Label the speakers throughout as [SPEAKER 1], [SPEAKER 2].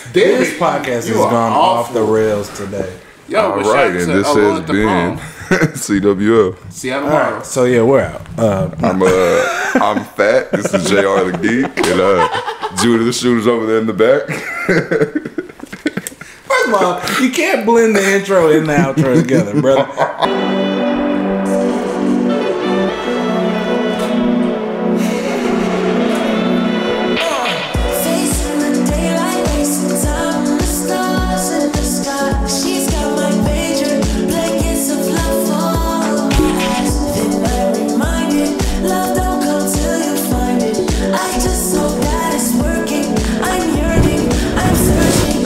[SPEAKER 1] David,
[SPEAKER 2] This podcast has
[SPEAKER 1] you are
[SPEAKER 2] gone off
[SPEAKER 1] awful.
[SPEAKER 2] the rails today.
[SPEAKER 1] Yo,
[SPEAKER 3] All
[SPEAKER 1] but shout out
[SPEAKER 3] right, and
[SPEAKER 1] to
[SPEAKER 3] this
[SPEAKER 1] Alone
[SPEAKER 3] has
[SPEAKER 1] at the Prom,
[SPEAKER 3] been CWL.
[SPEAKER 1] Seattle
[SPEAKER 2] All
[SPEAKER 1] Tomorrow.
[SPEAKER 2] right, so yeah, we're out. Uh,
[SPEAKER 3] I'm uh, I'm fat. This is Jr. the Geek and uh, Judah the Shooter's over there in the back.
[SPEAKER 2] first of all, you can't blend the intro and the outro together, brother.
[SPEAKER 4] Facing the daylight, wasting time on the stars in the sky. She's got my pager, blankets of love fall on my eyes. Then I'm reminded, love don't come till you find it. I just hope that it's working. I'm yearning, I'm searching.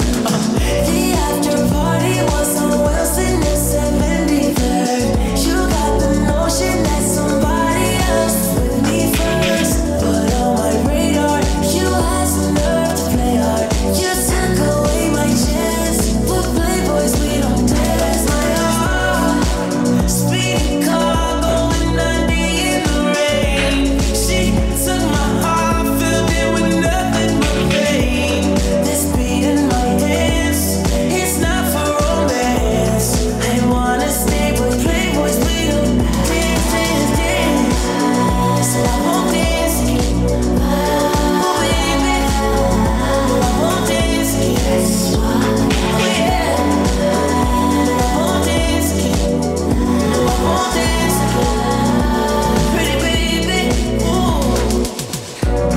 [SPEAKER 4] The after party was on Wilson and 73rd. You got the notion that somebody else with me first, but on my radar, you has the nerve to play hard. You took away my chance. With playboys, we don't dance. My heart, speeding car, going 90 in the rain. She took my heart, filled it with nothing but pain. This beat in my hands, it's not for romance. I wanna stay with playboys, we don't dance, dance, dance. So I won't dance again. Oh, baby. I won't dance again. Oh, yeah. I won't dance again. I won't dance again. Pretty baby. Ooh.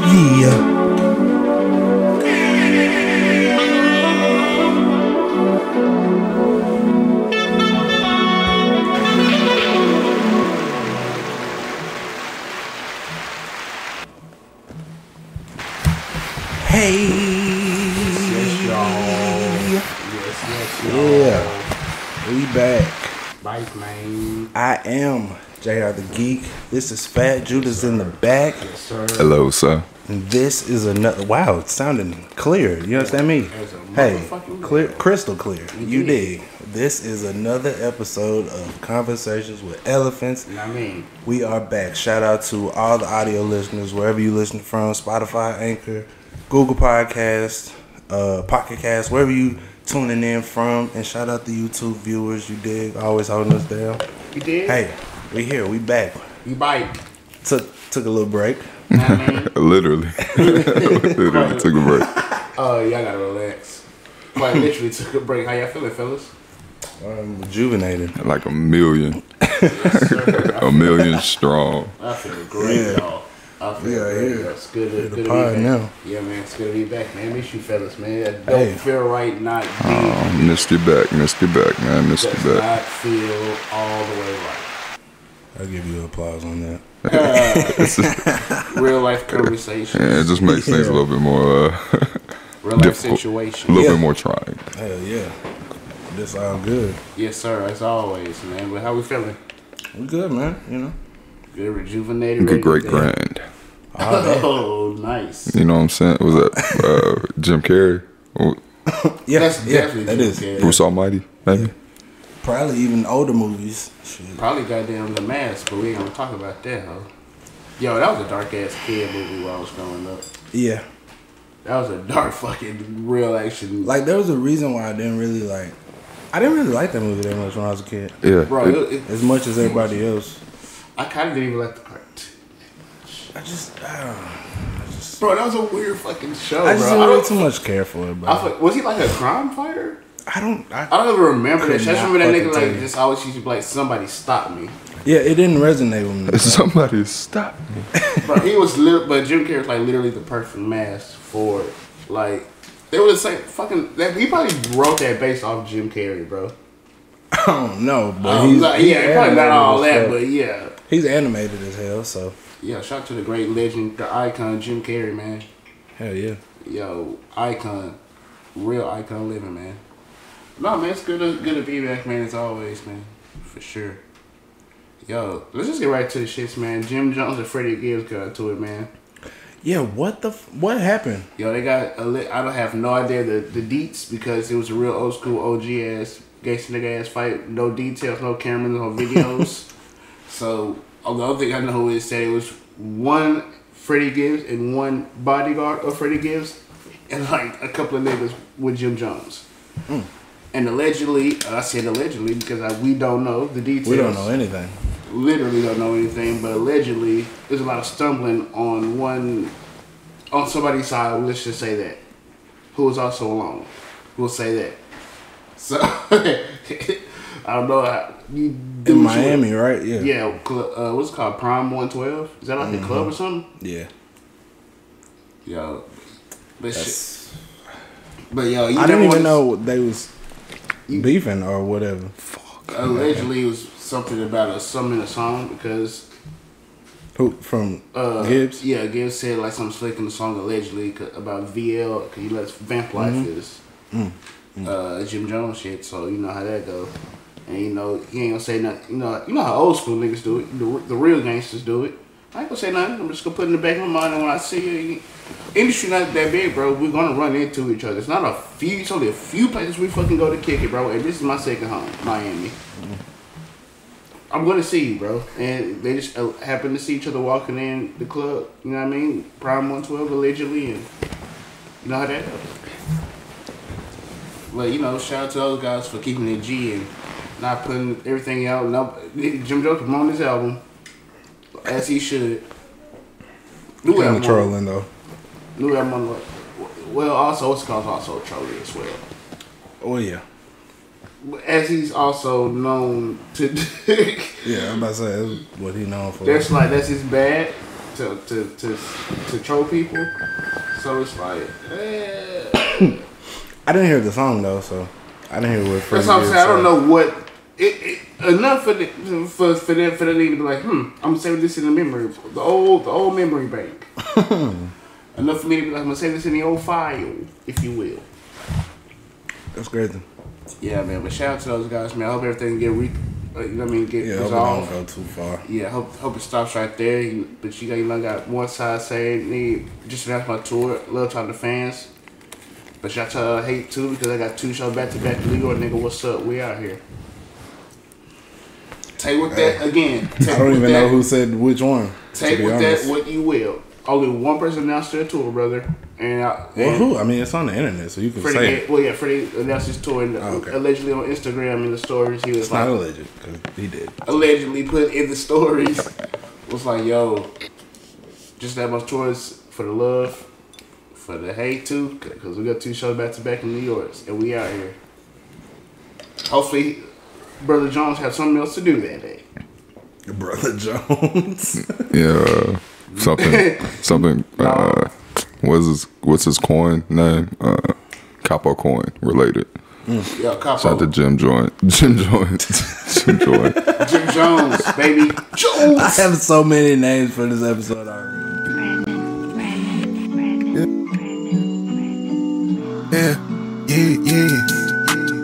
[SPEAKER 2] Oh yeah. Hey.
[SPEAKER 1] Yes, y'all. Yes, yes, y'all.
[SPEAKER 2] Yeah. We back.
[SPEAKER 1] Bike lane.
[SPEAKER 2] I am JR the Geek. This is Fat Judas in the back.
[SPEAKER 1] Yes, sir.
[SPEAKER 3] Hello, sir.
[SPEAKER 2] And This is another. Wow, it's sounding clear. You understand me?
[SPEAKER 1] As a
[SPEAKER 2] Hey,
[SPEAKER 1] motherfucking
[SPEAKER 2] clear,
[SPEAKER 1] man.
[SPEAKER 2] crystal clear. You
[SPEAKER 1] Mhm.
[SPEAKER 2] dig? This is another episode of Conversations with Elephants.
[SPEAKER 1] You know what I mean?
[SPEAKER 2] We are back. Shout out to all the audio listeners, wherever you listen from Spotify, Anchor, Google Podcast, uh, Pocket Cast, wherever you tuning in from. And shout out to YouTube viewers. You dig? Always holding us down.
[SPEAKER 1] You did?
[SPEAKER 2] Hey, we here. We back.
[SPEAKER 1] You bike.
[SPEAKER 2] Took took a little break.
[SPEAKER 1] You know what I mean?
[SPEAKER 3] Literally, literally took a break.
[SPEAKER 1] Uh, y'all gotta relax. Quite literally took a break. How y'all feeling, fellas?
[SPEAKER 2] I'm rejuvenated.
[SPEAKER 3] Like a million,
[SPEAKER 1] Yes, sir.
[SPEAKER 3] a million strong.
[SPEAKER 1] I feel great,
[SPEAKER 2] Yeah.
[SPEAKER 1] y'all. I feel
[SPEAKER 2] Yeah,
[SPEAKER 1] great.
[SPEAKER 2] yeah.
[SPEAKER 1] Yeah. It's good, to- good to be
[SPEAKER 2] pod
[SPEAKER 1] back.
[SPEAKER 2] now.
[SPEAKER 1] Yeah, man, it's good to be back, man. Miss you, fellas, man. That don't
[SPEAKER 2] Hey.
[SPEAKER 1] feel right not being.
[SPEAKER 3] Oh, missed you back, missed you back, man, missed
[SPEAKER 1] does
[SPEAKER 3] you back.
[SPEAKER 1] not feel all the way right.
[SPEAKER 2] I'll give you applause on that.
[SPEAKER 1] Real life conversations.
[SPEAKER 3] Yeah, it just makes things a little bit more, uh,
[SPEAKER 1] real life
[SPEAKER 3] difficult. a
[SPEAKER 1] situations.
[SPEAKER 3] little
[SPEAKER 2] Yeah.
[SPEAKER 3] bit more trying.
[SPEAKER 2] Hell yeah. This all good.
[SPEAKER 1] Yes, sir. As always, man. But how we feeling?
[SPEAKER 2] We good, man. You know.
[SPEAKER 1] Good, rejuvenated.
[SPEAKER 3] Good,
[SPEAKER 1] ready to
[SPEAKER 3] great,
[SPEAKER 1] go?
[SPEAKER 3] grand.
[SPEAKER 1] Oh, nice.
[SPEAKER 3] You know what I'm saying? Was that uh, Jim Carrey, Or
[SPEAKER 2] Yeah,
[SPEAKER 1] That's
[SPEAKER 2] yeah,
[SPEAKER 1] definitely
[SPEAKER 2] that
[SPEAKER 1] Jim
[SPEAKER 2] is.
[SPEAKER 1] Carrey.
[SPEAKER 3] Bruce Almighty, maybe?
[SPEAKER 2] Probably even older movies. Shit.
[SPEAKER 1] Probably goddamn the mask, but we ain't gonna talk about that, huh? Yo, that was a dark ass kid movie while I was growing up.
[SPEAKER 2] Yeah.
[SPEAKER 1] That was a dark fucking real action.
[SPEAKER 2] Like there was a reason why I didn't really like I didn't really like that movie that much when I was a kid.
[SPEAKER 3] Yeah.
[SPEAKER 1] bro,
[SPEAKER 3] it-
[SPEAKER 1] it, it,
[SPEAKER 2] As much as everybody else.
[SPEAKER 1] I kind of didn't even like the part.
[SPEAKER 2] I just uh, I don't know.
[SPEAKER 1] Bro, that was a weird fucking show,
[SPEAKER 2] I
[SPEAKER 1] Oh, bro.
[SPEAKER 2] just
[SPEAKER 1] I
[SPEAKER 2] didn't
[SPEAKER 1] don't-
[SPEAKER 2] really too much care for it,
[SPEAKER 1] I
[SPEAKER 2] but
[SPEAKER 1] feel- was he like a crime fighter?
[SPEAKER 2] I don't I,
[SPEAKER 1] I don't even remember that.
[SPEAKER 2] Could
[SPEAKER 1] shit. I just
[SPEAKER 2] not
[SPEAKER 1] remember that
[SPEAKER 2] fucking
[SPEAKER 1] nigga
[SPEAKER 2] tell
[SPEAKER 1] like
[SPEAKER 2] you.
[SPEAKER 1] just always used to be like, "Somebody stop me!"
[SPEAKER 2] yeah, it didn't resonate with me.
[SPEAKER 3] Somebody stop me.
[SPEAKER 1] Bro, he was lit, but Jim Carrey was like literally the perfect mask for it. like they were the same fucking. That, he probably wrote that based off Jim Carrey, bro.
[SPEAKER 2] I don't know, but
[SPEAKER 1] Um,
[SPEAKER 2] he's,
[SPEAKER 1] like,
[SPEAKER 2] he's
[SPEAKER 1] yeah, probably not
[SPEAKER 2] animated
[SPEAKER 1] all
[SPEAKER 2] as
[SPEAKER 1] that,
[SPEAKER 2] fuck.
[SPEAKER 1] but yeah,
[SPEAKER 2] he's animated as hell, so
[SPEAKER 1] yeah. Shout out to the great legend, the icon, Jim Carrey, man.
[SPEAKER 2] hell yeah.
[SPEAKER 1] Yo, icon, real icon living, man. No, man, it's good to, good to be back, man, as always, man. For sure. Yo, let's just get right to the shits, man. Jim Jones and Freddie Gibbs got into it, man.
[SPEAKER 2] Yeah, what the f- what happened?
[SPEAKER 1] Yo, they got a lit. I don't have no idea the, the deets because it was a real old school OG ass gangster nigga ass fight. No details, no cameras, no videos. so oh, the other thing I know is that it was one Freddie Gibbs and one bodyguard of Freddie Gibbs, and like a couple of niggas with Jim Jones.
[SPEAKER 2] Hmm.
[SPEAKER 1] And allegedly, I said allegedly because I, we don't know the details
[SPEAKER 2] We don't know anything.
[SPEAKER 1] literally don't know anything, but allegedly there's a lot of stumbling on one on somebody's side. Let's just say that who is also alone. We'll say that. So I don't know. How, you do
[SPEAKER 2] In
[SPEAKER 1] what you-
[SPEAKER 2] Miami, right? Yeah.
[SPEAKER 1] yeah. Cl- uh, what's it called Prime One Twelve? Is that like a club
[SPEAKER 2] Mm-hmm.
[SPEAKER 1] or something?
[SPEAKER 2] Yeah.
[SPEAKER 1] Yo, but shit.
[SPEAKER 2] That's-
[SPEAKER 1] But yo, you
[SPEAKER 2] I didn't
[SPEAKER 1] never wanna-
[SPEAKER 2] even know they was beefing or whatever. Fuck.
[SPEAKER 1] Allegedly, it was something about a something in a song because
[SPEAKER 2] Who from
[SPEAKER 1] uh,
[SPEAKER 2] Gibbs?
[SPEAKER 1] Yeah, Gibbs said like something slick in the song allegedly c- about VL because he lets Vamp Life is Uh, Jim Jones shit. So you know how that go. And you know he ain't gonna say nothing. You know you know how old school niggas do it. The, the real gangsters do it. I ain't gonna say nothing. I'm just gonna put it in the back of my mind. And when I see you, industry not that big, bro. We're gonna run into each other. It's not a few. It's only a few places we fucking go to kick it, bro. And this is my second home, Miami. I'm gonna see you, bro. And they just uh, happened to see each other walking in the club. You know what I mean? Prime One Twelve allegedly, and you know how that goes. But you know, shout out to those guys for keeping it G and not putting everything out. No, Jim Jones promoting his album as he should. New
[SPEAKER 2] Kind
[SPEAKER 1] album,
[SPEAKER 2] of trolling though.
[SPEAKER 1] New album. on the- Well, also what's called also trolling as well
[SPEAKER 2] Oh yeah.
[SPEAKER 1] as he's also known to do.
[SPEAKER 2] Yeah, I'm about to say that's what he known for.
[SPEAKER 1] that's like that's his bad to to to to troll people. So it's like eh.
[SPEAKER 2] I didn't hear the song though, so I didn't hear what.
[SPEAKER 1] that's
[SPEAKER 2] Freddie
[SPEAKER 1] what I'm
[SPEAKER 2] Gibbs
[SPEAKER 1] saying. I don't
[SPEAKER 2] said.
[SPEAKER 1] know what it, it, enough for the, for for them for the nigga to be like, hmm, I'm saving this in the memory, the old the old memory bank. enough for me to be like, I'm gonna save this in the old file, if you will.
[SPEAKER 2] That's crazy.
[SPEAKER 1] Yeah, man. But shout out to those guys, man. I hope everything get re, uh, you know what I mean, get
[SPEAKER 2] Yeah, I hope it
[SPEAKER 1] resolved.
[SPEAKER 2] don't go too far.
[SPEAKER 1] Yeah, hope hope it stops right there. You- But you got you done got one side saying need just announced my tour. Love talking to fans, but y'all tell her uh, hate too because I got two shows back to back. Leo nigga, what's up? We out here. Take with that again. Take
[SPEAKER 2] I don't
[SPEAKER 1] with
[SPEAKER 2] even
[SPEAKER 1] that,
[SPEAKER 2] know who said which one.
[SPEAKER 1] Take
[SPEAKER 2] to be
[SPEAKER 1] with
[SPEAKER 2] honest.
[SPEAKER 1] that what you will. Only one person announced their tour, brother. And, I,
[SPEAKER 2] Well,
[SPEAKER 1] and
[SPEAKER 2] who? I mean, it's on the internet, so you can
[SPEAKER 1] Freddie,
[SPEAKER 2] say
[SPEAKER 1] gave-
[SPEAKER 2] it.
[SPEAKER 1] well, yeah, Freddie announced his tour and
[SPEAKER 2] Oh, okay.
[SPEAKER 1] allegedly on Instagram in the stories he was
[SPEAKER 2] It's
[SPEAKER 1] like,
[SPEAKER 2] not alleged because he did.
[SPEAKER 1] allegedly put in the stories was like, yo, just that much choice for the love, for the hate too, because we got two shows back to back in New York, and we out here. Hopefully, Brother Jones have something else to do that day.
[SPEAKER 2] Your brother Jones.
[SPEAKER 3] Yeah, something, something. Uh, what's his what's his coin name? Uh, Capo coin related.
[SPEAKER 1] Yo,
[SPEAKER 3] Shout out to
[SPEAKER 2] Oh.
[SPEAKER 1] Capo,
[SPEAKER 3] Jim Joint. Jim Joint. Jim Joint.
[SPEAKER 1] Jim Jones, baby,
[SPEAKER 2] I
[SPEAKER 1] Jones.
[SPEAKER 2] have so many names for this episode already.
[SPEAKER 5] Yeah, yeah, yeah,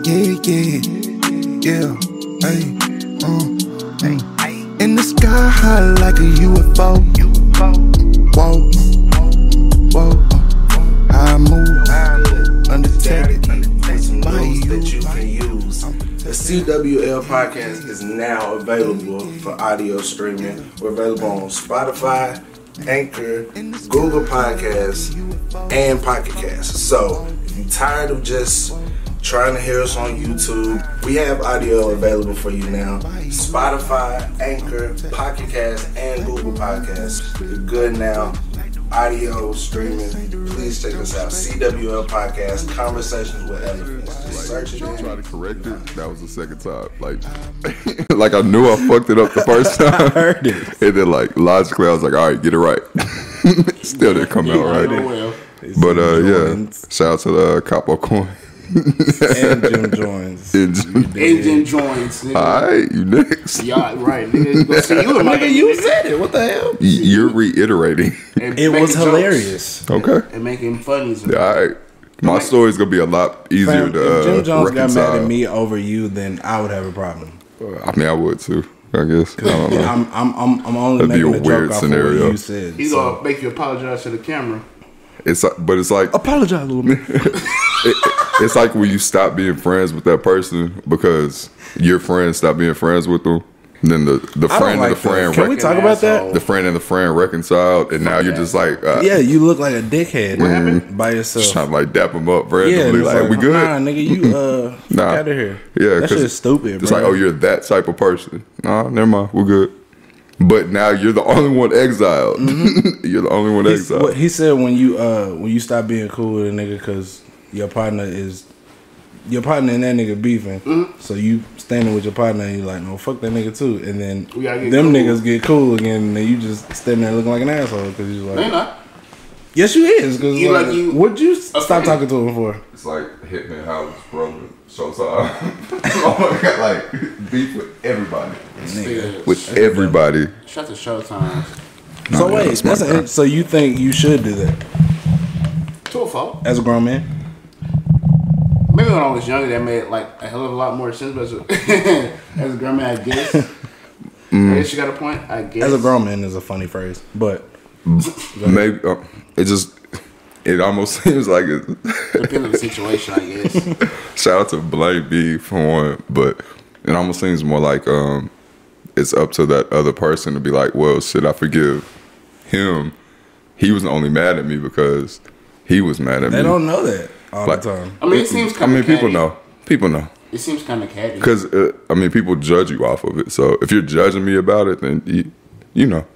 [SPEAKER 5] yeah, yeah, yeah, ay, uh, ay. In the sky high like a UFO. Whoa, whoa, I move, undetected. with some
[SPEAKER 6] tools that you
[SPEAKER 5] money.
[SPEAKER 6] can use. The CWL podcast is now available for audio streaming. We're available on Spotify, Anchor, Google Podcasts, and Pocket Casts. So if you're tired of just trying to hear us on YouTube, we have audio available for you now. Spotify, Anchor, Pocket Casts, and Google Podcasts. You're good now audio streaming. Please check us out. CWL Podcast Conversations with Elephants. Just search it
[SPEAKER 3] Try to
[SPEAKER 6] in.
[SPEAKER 3] correct it. That was the second time. Like, like I knew I fucked it up the first time.
[SPEAKER 2] heard it.
[SPEAKER 3] And then, like logically, I was like, "All right, get it right." Still didn't come out
[SPEAKER 1] Oh,
[SPEAKER 3] right.
[SPEAKER 1] well.
[SPEAKER 3] But uh, yeah,
[SPEAKER 2] Jones
[SPEAKER 3] shout out to the Capo Coin.
[SPEAKER 2] and Jim Jones.
[SPEAKER 1] Agent joins, nigga.
[SPEAKER 3] All right, you next.
[SPEAKER 1] Y'all right, nigga. Go see you, in my
[SPEAKER 2] Nigga, you said it. What the hell?
[SPEAKER 3] Y- You're reiterating.
[SPEAKER 1] And
[SPEAKER 2] It
[SPEAKER 1] making jokes
[SPEAKER 2] was hilarious.
[SPEAKER 3] Okay.
[SPEAKER 1] and making funnies.
[SPEAKER 3] All right. My story's gonna be a lot easier
[SPEAKER 2] Fam,
[SPEAKER 3] to uh,
[SPEAKER 2] if Jim Jones
[SPEAKER 3] reconcile.
[SPEAKER 2] got mad at me over you, then I would have a problem.
[SPEAKER 3] I mean, I would too. I guess. I don't know.
[SPEAKER 2] I'm, I'm, I'm, I'm only
[SPEAKER 3] That'd be
[SPEAKER 2] making a,
[SPEAKER 3] a weird
[SPEAKER 2] joke off of
[SPEAKER 3] scenario.
[SPEAKER 2] what you said.
[SPEAKER 1] He's
[SPEAKER 2] so.
[SPEAKER 1] gonna make you apologize to the camera.
[SPEAKER 3] It's like- but it's like
[SPEAKER 2] apologize, little man.
[SPEAKER 3] it's like when you stop being friends with that person because your friends stop being friends with them. Then the the
[SPEAKER 2] I don't
[SPEAKER 3] friend
[SPEAKER 2] like
[SPEAKER 3] and the friend
[SPEAKER 2] Can we
[SPEAKER 3] rec-
[SPEAKER 2] talk about that?
[SPEAKER 1] asshole.
[SPEAKER 3] the friend and the friend reconciled, and now you're just like uh,
[SPEAKER 2] Yeah, you look like a dickhead man, by
[SPEAKER 3] Mm-hmm. just trying
[SPEAKER 2] yourself.
[SPEAKER 3] to like dap them up
[SPEAKER 2] Yeah,
[SPEAKER 3] randomly.
[SPEAKER 2] it's
[SPEAKER 3] like, we good?
[SPEAKER 2] Nah, nigga, you uh,
[SPEAKER 3] Nah.
[SPEAKER 2] out of here.
[SPEAKER 3] Yeah,
[SPEAKER 2] that
[SPEAKER 3] 'cause
[SPEAKER 2] shit's stupid.
[SPEAKER 3] It's
[SPEAKER 2] bro.
[SPEAKER 3] like, oh, you're that type of person. Nah, never mind. We're good. But now you're the only one exiled. you're the only one
[SPEAKER 2] He's-
[SPEAKER 3] exiled.
[SPEAKER 2] Mm-hmm. what he said when you uh when you stop being cool with a nigga because your partner is your partner and that nigga beefing,
[SPEAKER 1] Mm-hmm.
[SPEAKER 2] so you standing with your partner and you like no fuck that nigga too, and then
[SPEAKER 1] We gotta get
[SPEAKER 2] them
[SPEAKER 1] cool.
[SPEAKER 2] niggas get cool again, and then you just standing there looking like an asshole because you
[SPEAKER 1] Ain't
[SPEAKER 2] like
[SPEAKER 1] I?
[SPEAKER 2] yes you is because
[SPEAKER 1] You
[SPEAKER 2] like,
[SPEAKER 1] like you-
[SPEAKER 2] what you s- stop
[SPEAKER 1] friend.
[SPEAKER 2] talking to him for?
[SPEAKER 3] It's like Hitman Howard's broken. Showtime. oh my god, like beef with everybody. With everybody.
[SPEAKER 1] Shut the Showtime.
[SPEAKER 2] so
[SPEAKER 3] yeah,
[SPEAKER 2] wait,
[SPEAKER 3] that's
[SPEAKER 2] that's
[SPEAKER 3] my
[SPEAKER 2] an,
[SPEAKER 3] guy.
[SPEAKER 2] so you think you should do that
[SPEAKER 1] To a fault.
[SPEAKER 2] as a grown man?
[SPEAKER 1] Maybe when I was younger, that made like a hell of a lot more sense. But as a, as a grandma, I guess. I guess you got a point. I guess.
[SPEAKER 2] Mm. As a grown man is a funny phrase, but
[SPEAKER 3] Maybe uh, it just it almost seems like it.
[SPEAKER 1] Depends on the situation, I guess.
[SPEAKER 3] Shout out to Blake B for one, but it almost seems more like um, it's up to that other person to be like, well, should I forgive him? He was only mad at me because he was mad at
[SPEAKER 2] they
[SPEAKER 3] me.
[SPEAKER 2] don't know that all
[SPEAKER 3] Like-
[SPEAKER 2] the time.
[SPEAKER 1] I mean, it seems
[SPEAKER 3] I
[SPEAKER 1] kind of.
[SPEAKER 3] mean, people know. People know.
[SPEAKER 1] It seems kind of catty.
[SPEAKER 3] Because, uh, I mean, people judge you off of it. So if you're judging me about it, then you, you know.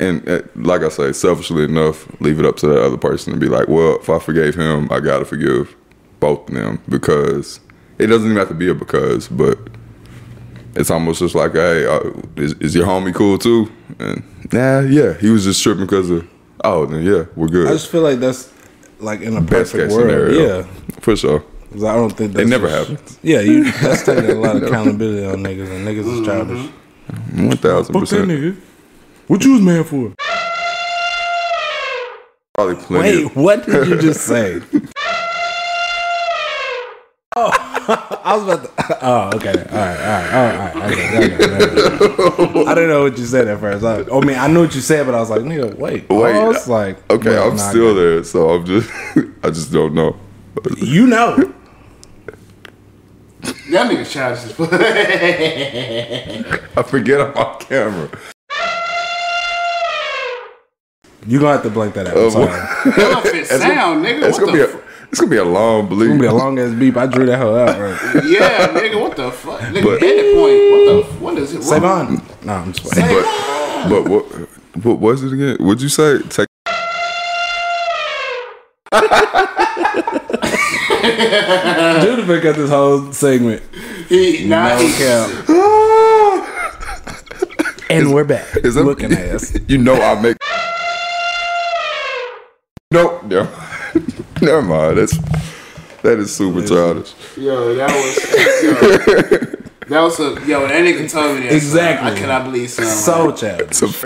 [SPEAKER 3] And uh, like I say, selfishly enough, leave it up to that other person to be like, well, if I forgave him, I got to forgive both of them because it doesn't even have to be a because, but it's almost just like, hey, uh, is, is your homie cool too? And nah, yeah, he was just tripping because of, oh, then yeah, we're good.
[SPEAKER 2] I just feel like that's like in a
[SPEAKER 3] Best
[SPEAKER 2] perfect
[SPEAKER 3] case
[SPEAKER 2] world,
[SPEAKER 3] scenario.
[SPEAKER 2] yeah.
[SPEAKER 3] For sure.
[SPEAKER 2] 'Cause I don't think that's
[SPEAKER 3] It never
[SPEAKER 2] what-
[SPEAKER 3] happens.
[SPEAKER 2] Yeah, you that's taking a lot of accountability on niggas, and niggas is childish.
[SPEAKER 3] 1000%.
[SPEAKER 2] Mm-hmm. nigga. What you was mad for?
[SPEAKER 3] Probably plenty of-
[SPEAKER 2] Wait, what did you just say? Oh, I was about to. Oh, okay. All right, all right, all right. All right. Okay, okay, okay, okay. I didn't know what you said at first. I, I mean, I knew what you said, but I was like, nigga, wait.
[SPEAKER 3] Wait,
[SPEAKER 2] I was like,
[SPEAKER 3] Okay,
[SPEAKER 2] wait,
[SPEAKER 3] I'm
[SPEAKER 2] nah,
[SPEAKER 3] still there, so I'm just I just don't know.
[SPEAKER 2] You know.
[SPEAKER 1] That nigga childish as fuck.
[SPEAKER 3] I forget I'm on camera.
[SPEAKER 2] You're going to have to blank that out.
[SPEAKER 3] Uh,
[SPEAKER 2] I'm sorry.
[SPEAKER 3] what-
[SPEAKER 1] Elephant sound, nigga.
[SPEAKER 3] It's
[SPEAKER 1] What the
[SPEAKER 3] gonna be a
[SPEAKER 1] fuck?
[SPEAKER 3] it's gonna be a long
[SPEAKER 2] It's
[SPEAKER 3] bleed.
[SPEAKER 2] going to be a long ass beep. I drew that hell out right.
[SPEAKER 1] Yeah, nigga, what the fuck? Nigga,
[SPEAKER 3] But-
[SPEAKER 1] edit point. What the f- What is it?
[SPEAKER 2] Save
[SPEAKER 1] wrong?
[SPEAKER 2] on. No, I'm just playing.
[SPEAKER 3] but but what what was it again? What'd you say? Take
[SPEAKER 2] Dude, pick up this whole segment.
[SPEAKER 1] He, nah,
[SPEAKER 2] No
[SPEAKER 1] he,
[SPEAKER 2] cap. And we're back.
[SPEAKER 3] is that
[SPEAKER 2] Looking ass.
[SPEAKER 3] You know I make Nope. Never mind. never mind. That's that is super childish.
[SPEAKER 1] Yo, that was. Yo, that was a. Yo, that nigga told me that. son.
[SPEAKER 2] Exactly.
[SPEAKER 1] I cannot believe something.
[SPEAKER 2] So childish.
[SPEAKER 3] a f-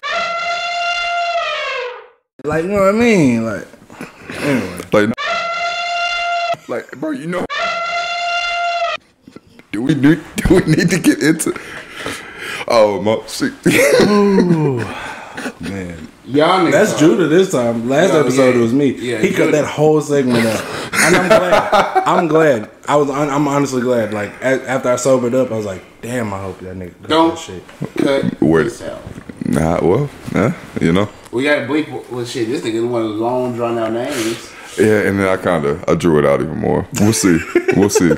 [SPEAKER 2] Like, you know what I mean? Like, anyway.
[SPEAKER 3] Like like bro, you know do we need do we need to get into Oh my shit.
[SPEAKER 2] Man.
[SPEAKER 1] Y'all niggas.
[SPEAKER 2] That's Judah this time. Last
[SPEAKER 1] Yo,
[SPEAKER 2] episode,
[SPEAKER 1] yeah.
[SPEAKER 2] it was me.
[SPEAKER 1] Yeah,
[SPEAKER 2] he cut
[SPEAKER 1] Judah.
[SPEAKER 2] that whole segment out. And I'm glad. I'm glad. I was, on, I'm honestly glad. Like, a- after I sobered up, I was like, damn, I hope that nigga cut
[SPEAKER 1] Don't.
[SPEAKER 2] that shit.
[SPEAKER 1] Cut
[SPEAKER 3] Word.
[SPEAKER 1] this out.
[SPEAKER 3] Nah, well, nah, you know.
[SPEAKER 1] We gotta bleep. Well, well, shit, this nigga one of the long drawn out names.
[SPEAKER 3] Yeah, and then I kind of I drew it out even more. We'll see. We'll see.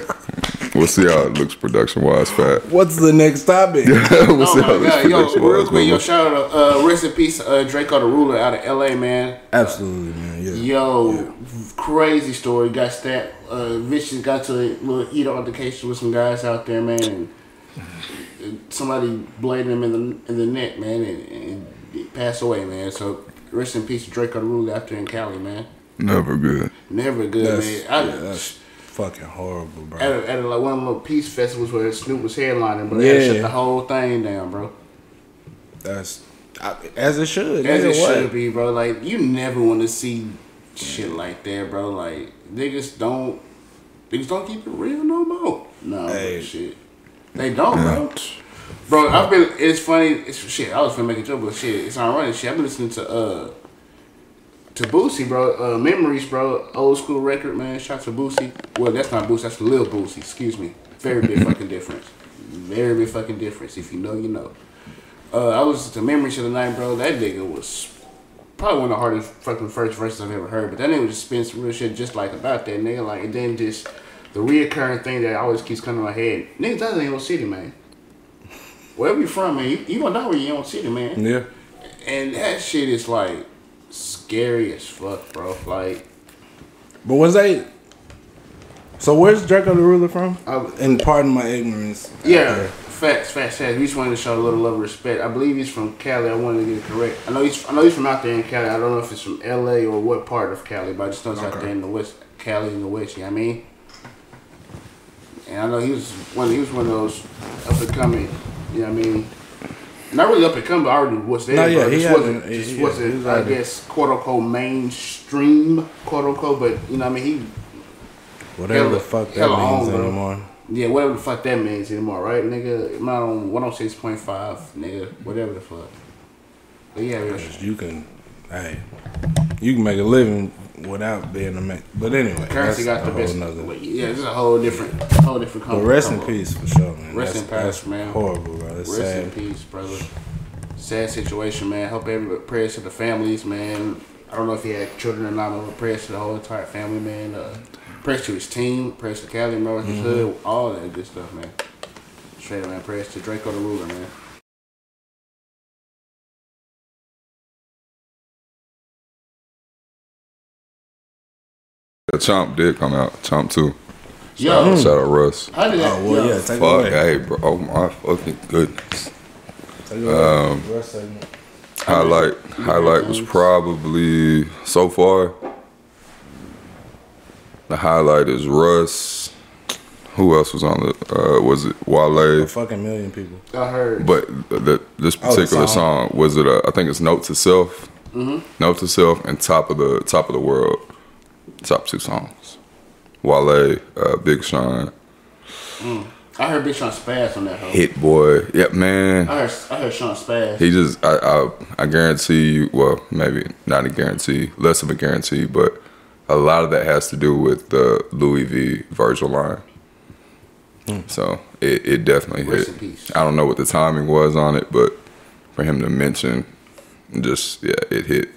[SPEAKER 3] We'll see how it looks production wise. Fat.
[SPEAKER 2] What's the next topic?
[SPEAKER 3] we'll
[SPEAKER 1] Oh
[SPEAKER 3] see how it
[SPEAKER 1] my god,
[SPEAKER 3] looks
[SPEAKER 1] yo,
[SPEAKER 3] production
[SPEAKER 1] real quick, yo,
[SPEAKER 3] wise.
[SPEAKER 1] shout out, uh, rest in peace, uh, Draco the Ruler out of L.A. Man.
[SPEAKER 2] Absolutely, man. Yeah.
[SPEAKER 1] Yo, crazy story. Got stabbed. Uh, vicious got to a little heated altercation with some guys out there, man. And and somebody bladed him in the in the neck, man, and, and he passed away, man. So rest in peace, Draco the Ruler out there in Cali, man.
[SPEAKER 3] Never good.
[SPEAKER 1] Never good,
[SPEAKER 2] That's-
[SPEAKER 1] man. I,
[SPEAKER 2] yeah, that's fucking horrible, bro.
[SPEAKER 1] at, a, at a, like one of them little peace festivals where Snoop was headlining, but they had
[SPEAKER 2] Yeah.
[SPEAKER 1] to shut the whole thing down, bro.
[SPEAKER 2] That's I, as it should.
[SPEAKER 1] As
[SPEAKER 2] nigga,
[SPEAKER 1] it
[SPEAKER 2] what?
[SPEAKER 1] should be, bro. Like you never want to see shit like that, bro. Like niggas don't niggas don't keep it real no more. No
[SPEAKER 2] Hey.
[SPEAKER 1] shit. They don't, bro. Bro, I've been it's funny it's shit, I was finna make a joke, but shit, it's ironic shit. I've been listening to uh to Boosie, bro, uh, memories, bro, old school record, man. Shout to Boosie. Well, that's not Boosie, that's Lil Boosie. Excuse me. Very big fucking difference. Very big fucking difference. If you know, you know. Uh, I was to memories of the night, bro. That nigga was probably one of the hardest fucking first verses I've ever heard. But that nigga just spin some real shit just like about that nigga. Like and then just the reoccurring thing that always keeps coming to my head. Niggas out of their own city, man. Wherever you from, man, you, you gonna die where you own city, man.
[SPEAKER 3] Yeah.
[SPEAKER 1] And that shit is like scary as fuck, bro. Like
[SPEAKER 2] But was they? So where's Draco the Ruler from?
[SPEAKER 1] I-
[SPEAKER 2] and pardon my ignorance.
[SPEAKER 1] Yeah, facts, facts, facts. We just wanted to show a little love and respect. I believe he's from Cali. I wanted to get it correct. I know he's I know he's from out there in Cali. I don't know if it's from L.A. or what part of Cali, but I just know it's out there in the west, Cali in the west. You know what I mean? And I know he was one. He was one of those up and coming. You know what I mean? Not really up and coming, but already was there.
[SPEAKER 2] No, yeah,
[SPEAKER 1] but
[SPEAKER 2] he
[SPEAKER 1] just
[SPEAKER 2] had
[SPEAKER 1] wasn't,
[SPEAKER 2] been-
[SPEAKER 1] just
[SPEAKER 2] yeah,
[SPEAKER 1] wasn't
[SPEAKER 2] he was
[SPEAKER 1] I
[SPEAKER 2] out there.
[SPEAKER 1] guess, quote unquote, mainstream, quote unquote. But you know what I mean? He
[SPEAKER 2] Uh, Whatever
[SPEAKER 1] Hella-
[SPEAKER 2] the fuck that
[SPEAKER 1] hella on,
[SPEAKER 2] means
[SPEAKER 1] bro.
[SPEAKER 2] anymore.
[SPEAKER 1] Yeah, whatever the fuck that means anymore, right, nigga? Am I on one hundred six point five, nigga? Whatever the fuck. But yeah, real shit.
[SPEAKER 2] You can, hey, you can make a living without being a man. But anyway,
[SPEAKER 1] currency
[SPEAKER 2] that's
[SPEAKER 1] got the
[SPEAKER 2] a whole
[SPEAKER 1] best.
[SPEAKER 2] nother-
[SPEAKER 1] wait, yeah, this is a whole different, whole different.
[SPEAKER 2] But
[SPEAKER 1] company.
[SPEAKER 2] rest in peace for sure, man.
[SPEAKER 1] Rest
[SPEAKER 2] That's-
[SPEAKER 1] in peace,
[SPEAKER 2] that's
[SPEAKER 1] man.
[SPEAKER 2] Horrible, bro. That's
[SPEAKER 1] Rest
[SPEAKER 2] sad.
[SPEAKER 1] in peace, brother. Sad situation, man. Hope everybody prayers to the families, man. I don't know if he had children or not, but prayers to the whole entire family, man. Uh, prayers to his team, prayers to Cali, bro,
[SPEAKER 2] Mm-hmm.
[SPEAKER 1] his hood, all that good stuff, man. Straight up, man. Prayers to Draco the ruler, man.
[SPEAKER 3] The Chomp did come out. Chomp 2.
[SPEAKER 1] Yo,
[SPEAKER 3] Shout out Russ.
[SPEAKER 1] how did that?
[SPEAKER 2] Oh well, yeah. Take it
[SPEAKER 3] Fuck,
[SPEAKER 2] away.
[SPEAKER 3] hey, bro. Oh, my fucking goodness.
[SPEAKER 2] Take it away.
[SPEAKER 3] um,
[SPEAKER 2] Rest segment.
[SPEAKER 3] Highlight, highlight was probably, so far, the highlight is Russ. Who else was on the, uh, was it
[SPEAKER 2] A
[SPEAKER 3] Wale?
[SPEAKER 2] fucking million people.
[SPEAKER 1] I heard.
[SPEAKER 3] But the, this
[SPEAKER 2] Oh, the
[SPEAKER 3] particular
[SPEAKER 2] song.
[SPEAKER 3] song. was it? uh, I think it's "Note to Self," "Note to Self," and "Top of the Top of the World." Top two songs. Wale, uh, Big Sean,
[SPEAKER 1] I heard Big Sean spaz on that hoe.
[SPEAKER 3] Hit Boy. Yep, man.
[SPEAKER 1] I heard I heard Sean spaz.
[SPEAKER 3] He just, I, I, I guarantee you. Well, maybe not a guarantee, less of a guarantee, but a lot of that has to do with the Louis V. Virgil line. So it, it definitely
[SPEAKER 1] Rest in
[SPEAKER 3] hit.
[SPEAKER 1] peace.
[SPEAKER 3] I don't know what the timing was on it, but for him to mention, just yeah, it hit.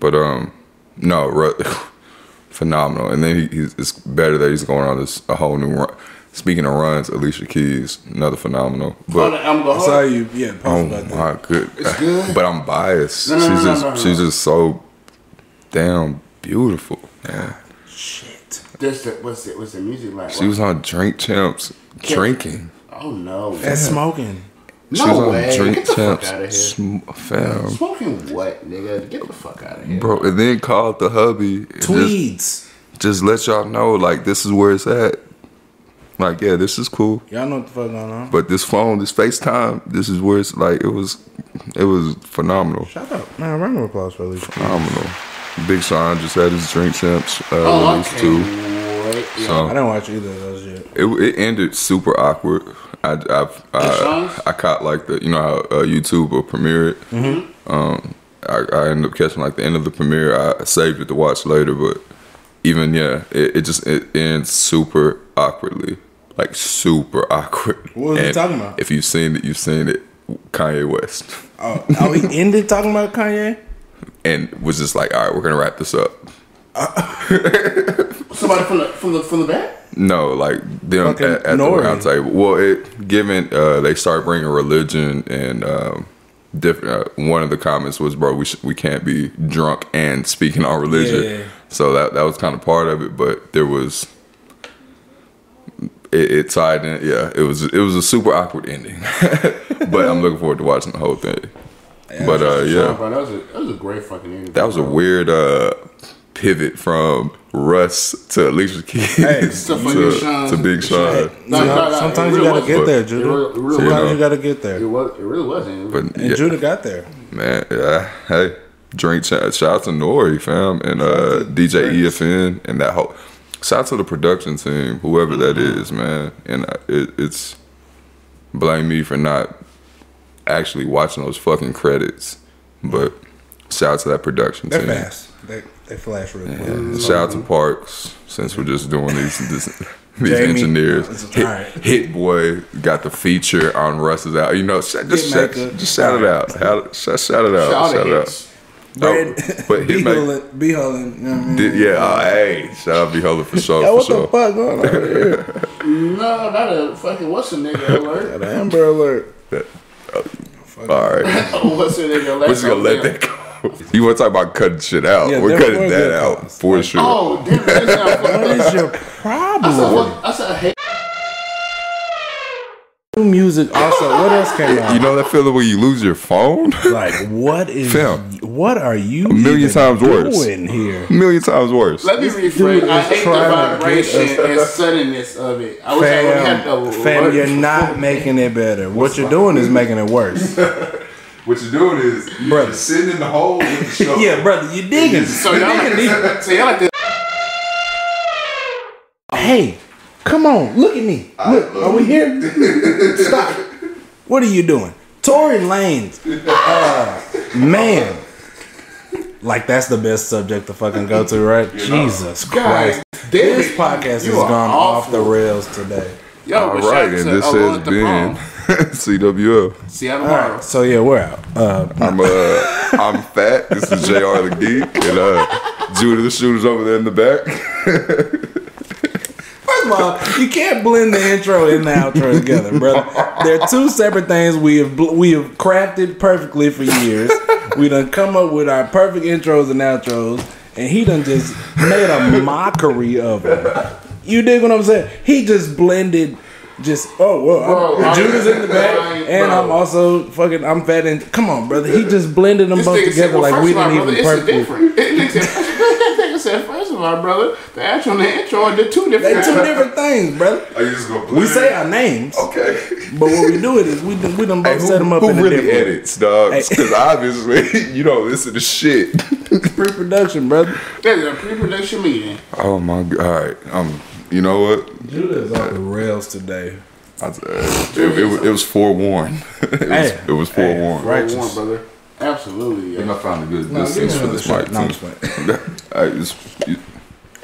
[SPEAKER 3] But um, no, Ru- phenomenal. And then he, he's it's better that he's going on this a whole new run. Speaking of runs, Alicia Keys, another phenomenal. But
[SPEAKER 1] Oh, I'm
[SPEAKER 2] I saw
[SPEAKER 1] going
[SPEAKER 2] you. Yeah, post
[SPEAKER 3] Oh
[SPEAKER 2] about that.
[SPEAKER 3] my good.
[SPEAKER 1] It's good.
[SPEAKER 3] But I'm biased.
[SPEAKER 1] No, no, no, no,
[SPEAKER 3] she's just
[SPEAKER 1] no, no,
[SPEAKER 3] she's
[SPEAKER 1] no.
[SPEAKER 3] just so damn beautiful. man.
[SPEAKER 2] Shit.
[SPEAKER 1] This the- what's it? What's the music like?
[SPEAKER 3] She was on Drink Champs drinking.
[SPEAKER 1] oh no,
[SPEAKER 2] That's smoking.
[SPEAKER 3] She was
[SPEAKER 1] no
[SPEAKER 3] on
[SPEAKER 1] way.
[SPEAKER 3] Drink
[SPEAKER 1] Get the
[SPEAKER 3] Champs.
[SPEAKER 1] fuck out of here.
[SPEAKER 3] Sm- fam.
[SPEAKER 1] Smoking what, nigga? Get the fuck out of here,
[SPEAKER 3] Bro, and then called the hubby. and Just,
[SPEAKER 2] Tweeds.
[SPEAKER 3] just let y'all know, like, this is where it's at. Like, yeah, this is cool.
[SPEAKER 2] Y'all know what the fuck going on.
[SPEAKER 3] But this phone, this FaceTime, this is where it's like, it was, it was phenomenal.
[SPEAKER 2] Shut up. Man, round of applause for Alicia.
[SPEAKER 3] Phenomenal. Big Sean just had his Drink Champs uh,
[SPEAKER 1] Oh, I
[SPEAKER 3] release
[SPEAKER 1] can't
[SPEAKER 3] too.
[SPEAKER 1] wait. Yeah.
[SPEAKER 3] So-
[SPEAKER 2] I didn't watch either of those yet.
[SPEAKER 3] It, it ended super awkward. I, I,
[SPEAKER 1] songs?
[SPEAKER 3] I, I caught like the you know how uh, YouTube will premiere it.
[SPEAKER 2] Mm-hmm.
[SPEAKER 3] Um, I, I ended up catching like the end of the premiere. I saved it to watch later, but even yeah, it, it just it ends super awkwardly, like super awkward.
[SPEAKER 2] What was he talking about?
[SPEAKER 3] If you've seen it, you've seen it. Kanye West,
[SPEAKER 2] Oh, oh, he ended talking about Kanye?
[SPEAKER 3] and was just like, all right, we're gonna wrap this up.
[SPEAKER 1] Somebody from the from the from the back.
[SPEAKER 3] No, like them
[SPEAKER 2] Fucking
[SPEAKER 3] at, at the
[SPEAKER 2] Nori.
[SPEAKER 3] round table. Well, it given uh, they start bringing religion and um, different. Uh, one of the comments was, "Bro, we sh- we can't be drunk and speaking on religion."
[SPEAKER 2] Yeah.
[SPEAKER 3] So that that was kind of part of it, but there was it, it tied in. Yeah, it was it was a super awkward ending, but I'm looking forward to watching the whole thing. but uh,
[SPEAKER 1] Sean,
[SPEAKER 3] yeah,
[SPEAKER 1] bro, that was a that was a great fucking interview.
[SPEAKER 3] that was a weird uh, pivot from Russ to Alicia Keys
[SPEAKER 1] to fucking
[SPEAKER 3] to,
[SPEAKER 1] Sean.
[SPEAKER 3] to Big Sean.
[SPEAKER 1] No,
[SPEAKER 2] You know,
[SPEAKER 1] no, no,
[SPEAKER 2] sometimes
[SPEAKER 1] it
[SPEAKER 2] you
[SPEAKER 1] really
[SPEAKER 2] gotta
[SPEAKER 1] was-
[SPEAKER 2] get there,
[SPEAKER 1] it
[SPEAKER 2] Judah.
[SPEAKER 1] really- it really
[SPEAKER 2] sometimes
[SPEAKER 3] was.
[SPEAKER 2] you gotta get there.
[SPEAKER 1] It was. It really wasn't.
[SPEAKER 3] But
[SPEAKER 2] And
[SPEAKER 3] yeah,
[SPEAKER 2] Judah got there.
[SPEAKER 3] man, yeah, hey, Drink chat. Shout out to Nori, fam, and uh, DJ EFN, and that whole. Shout out to the production team, whoever that is, man. And uh, it, it's blame me for not actually watching those fucking credits, but shout out to that production
[SPEAKER 2] They're
[SPEAKER 3] team.
[SPEAKER 2] fast. They they flash real quick.
[SPEAKER 3] And shout out to Parks, since we're just doing these this, these
[SPEAKER 2] Jamie.
[SPEAKER 3] engineers.
[SPEAKER 2] All
[SPEAKER 3] Hit,
[SPEAKER 2] right.
[SPEAKER 3] Hit Boy got the feature on Russ's out. You know, sh- just shout,
[SPEAKER 2] Hitmaker.
[SPEAKER 3] just shout it out. Shout, shout, shout it out.
[SPEAKER 1] Shout
[SPEAKER 3] Shout,
[SPEAKER 1] out
[SPEAKER 3] it
[SPEAKER 1] to
[SPEAKER 3] out.
[SPEAKER 1] hits.
[SPEAKER 3] Oh, but
[SPEAKER 2] be
[SPEAKER 3] Hitmaker,
[SPEAKER 2] holding, be holding. You know what I mean?
[SPEAKER 3] did, yeah, oh, hey, shout out Beholder for sure,
[SPEAKER 2] Yo,
[SPEAKER 3] for
[SPEAKER 2] what the
[SPEAKER 3] sure.
[SPEAKER 2] fuck going on over here?
[SPEAKER 1] No, not a fucking what's a nigga alert.
[SPEAKER 2] Got an Amber Alert.
[SPEAKER 3] All right,
[SPEAKER 1] what's a nigga alert?
[SPEAKER 3] we're just gonna let that go. You want to talk about cutting shit out?
[SPEAKER 2] Yeah,
[SPEAKER 3] we're
[SPEAKER 2] there
[SPEAKER 3] cutting
[SPEAKER 2] were
[SPEAKER 3] that
[SPEAKER 2] good
[SPEAKER 3] out
[SPEAKER 2] calls.
[SPEAKER 3] for sure.
[SPEAKER 1] Oh, damn, that sound fucked
[SPEAKER 2] What
[SPEAKER 1] up.
[SPEAKER 2] is your
[SPEAKER 1] I said,
[SPEAKER 2] problem?
[SPEAKER 1] what- I said, hey,
[SPEAKER 2] New music. Also, what else came out?
[SPEAKER 3] You know that feeling where you lose your phone?
[SPEAKER 2] like, what is?
[SPEAKER 3] Fam.
[SPEAKER 2] What are you?
[SPEAKER 3] million
[SPEAKER 2] even
[SPEAKER 3] times worse.
[SPEAKER 2] doing here.
[SPEAKER 3] A million times worse.
[SPEAKER 1] let me
[SPEAKER 2] dude
[SPEAKER 1] rephrase. I
[SPEAKER 2] is
[SPEAKER 1] hate the
[SPEAKER 2] trying to get
[SPEAKER 1] vibration and suddenness of it. I wish I would have
[SPEAKER 2] Fam,
[SPEAKER 1] the
[SPEAKER 2] fam,
[SPEAKER 1] alert.
[SPEAKER 2] you're not making it better. What you're doing is making it worse.
[SPEAKER 3] What you're doing is you're
[SPEAKER 2] Brother.
[SPEAKER 3] just sitting in the hole with the show.
[SPEAKER 2] yeah, brother, you digging.
[SPEAKER 1] So y'all, like, so y'all like to
[SPEAKER 2] Hey, come on, look at me. Look, are we here? Stop. What are you doing? Tory Lanez. Uh, man. Like that's the best subject to fucking go to, right? Jesus Christ.
[SPEAKER 1] guys.
[SPEAKER 2] This
[SPEAKER 1] This
[SPEAKER 2] podcast has
[SPEAKER 1] you are
[SPEAKER 2] gone off the
[SPEAKER 1] awful.
[SPEAKER 2] rails today.
[SPEAKER 1] Yo,
[SPEAKER 3] All
[SPEAKER 1] but shout
[SPEAKER 3] right,
[SPEAKER 1] out
[SPEAKER 3] and
[SPEAKER 1] to
[SPEAKER 3] this
[SPEAKER 1] Alone
[SPEAKER 3] has
[SPEAKER 1] at the Prom.
[SPEAKER 3] been CWL.
[SPEAKER 1] See y'all
[SPEAKER 2] All
[SPEAKER 1] tomorrow.
[SPEAKER 2] right, so yeah, we're out. Uh,
[SPEAKER 3] I'm uh, I'm fat. This is Jr. the Geek and uh, Judah the Shooter's over there in the back.
[SPEAKER 2] first of all, you can't blend the intro and the outro together, brother. They're two separate things we have bl- we have crafted perfectly for years. We done come up with our perfect intros and outros, and he done just made a mockery of them. You dig what I'm saying? He just blended. Just oh well,
[SPEAKER 1] Bro,
[SPEAKER 2] I'm,
[SPEAKER 1] I'm-
[SPEAKER 2] Judah's in the back,
[SPEAKER 1] Right,
[SPEAKER 2] and
[SPEAKER 1] bro.
[SPEAKER 2] I'm also fucking I'm fat and come on, brother. He just blended them
[SPEAKER 1] This
[SPEAKER 2] both
[SPEAKER 1] nigga
[SPEAKER 2] together
[SPEAKER 1] said, well,
[SPEAKER 2] like
[SPEAKER 1] first
[SPEAKER 2] we
[SPEAKER 1] of all,
[SPEAKER 2] didn't even
[SPEAKER 1] brother, it's
[SPEAKER 2] perfectly.
[SPEAKER 1] different. That nigga said, first of all, brother, the actual and the intro are the two
[SPEAKER 2] They
[SPEAKER 1] different.
[SPEAKER 2] two different things, brother.
[SPEAKER 3] Are you just gonna
[SPEAKER 2] We say our names,
[SPEAKER 3] okay?
[SPEAKER 2] but what we do it is we done- we done both
[SPEAKER 3] who
[SPEAKER 2] set them up
[SPEAKER 3] who
[SPEAKER 2] in a
[SPEAKER 3] really
[SPEAKER 2] different
[SPEAKER 3] edits, dog?
[SPEAKER 2] Hey.
[SPEAKER 3] Because obviously you don't listen to shit.
[SPEAKER 2] pre-production, brother.
[SPEAKER 1] There's a pre-production meeting.
[SPEAKER 3] Oh my god! Um, you know what?
[SPEAKER 2] Judah is off the rails today.
[SPEAKER 3] I, uh, it, it, was- it was forewarned. it, was,
[SPEAKER 2] Hey.
[SPEAKER 3] it was forewarned.
[SPEAKER 2] Right. Righteous.
[SPEAKER 1] Warren, brother. Absolutely.
[SPEAKER 3] And
[SPEAKER 1] Yeah.
[SPEAKER 3] I found a good distance for this mic.
[SPEAKER 2] No, I'm
[SPEAKER 3] too.
[SPEAKER 2] just playing.
[SPEAKER 3] I just- you-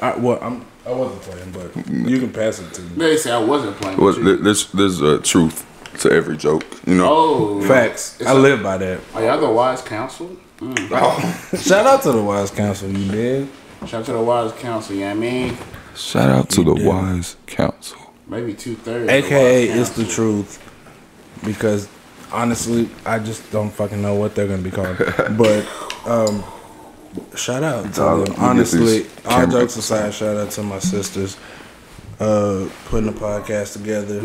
[SPEAKER 2] I, well, I'm, I wasn't playing, but you can pass it to me.
[SPEAKER 1] They say I wasn't playing.
[SPEAKER 3] Well,
[SPEAKER 1] With
[SPEAKER 3] there-
[SPEAKER 1] you.
[SPEAKER 3] there's there's a truth to every joke, you know.
[SPEAKER 1] Oh,
[SPEAKER 2] Facts. I live by that.
[SPEAKER 1] Are y'all the wise counsel? Mm.
[SPEAKER 2] Shout out to the wise counsel, you did.
[SPEAKER 1] Shout out to the wise counsel. Yeah, I mean,
[SPEAKER 3] Shout out to the wise counsel.
[SPEAKER 1] maybe two thirds.
[SPEAKER 2] AKA, it's the truth. Because honestly, I just don't fucking know what they're gonna be called. but um, shout out to
[SPEAKER 3] Dog,
[SPEAKER 2] them.
[SPEAKER 3] you get
[SPEAKER 2] Honestly,
[SPEAKER 3] these
[SPEAKER 2] all
[SPEAKER 3] camera-
[SPEAKER 2] jokes aside, shout out to my sisters uh, putting the podcast together,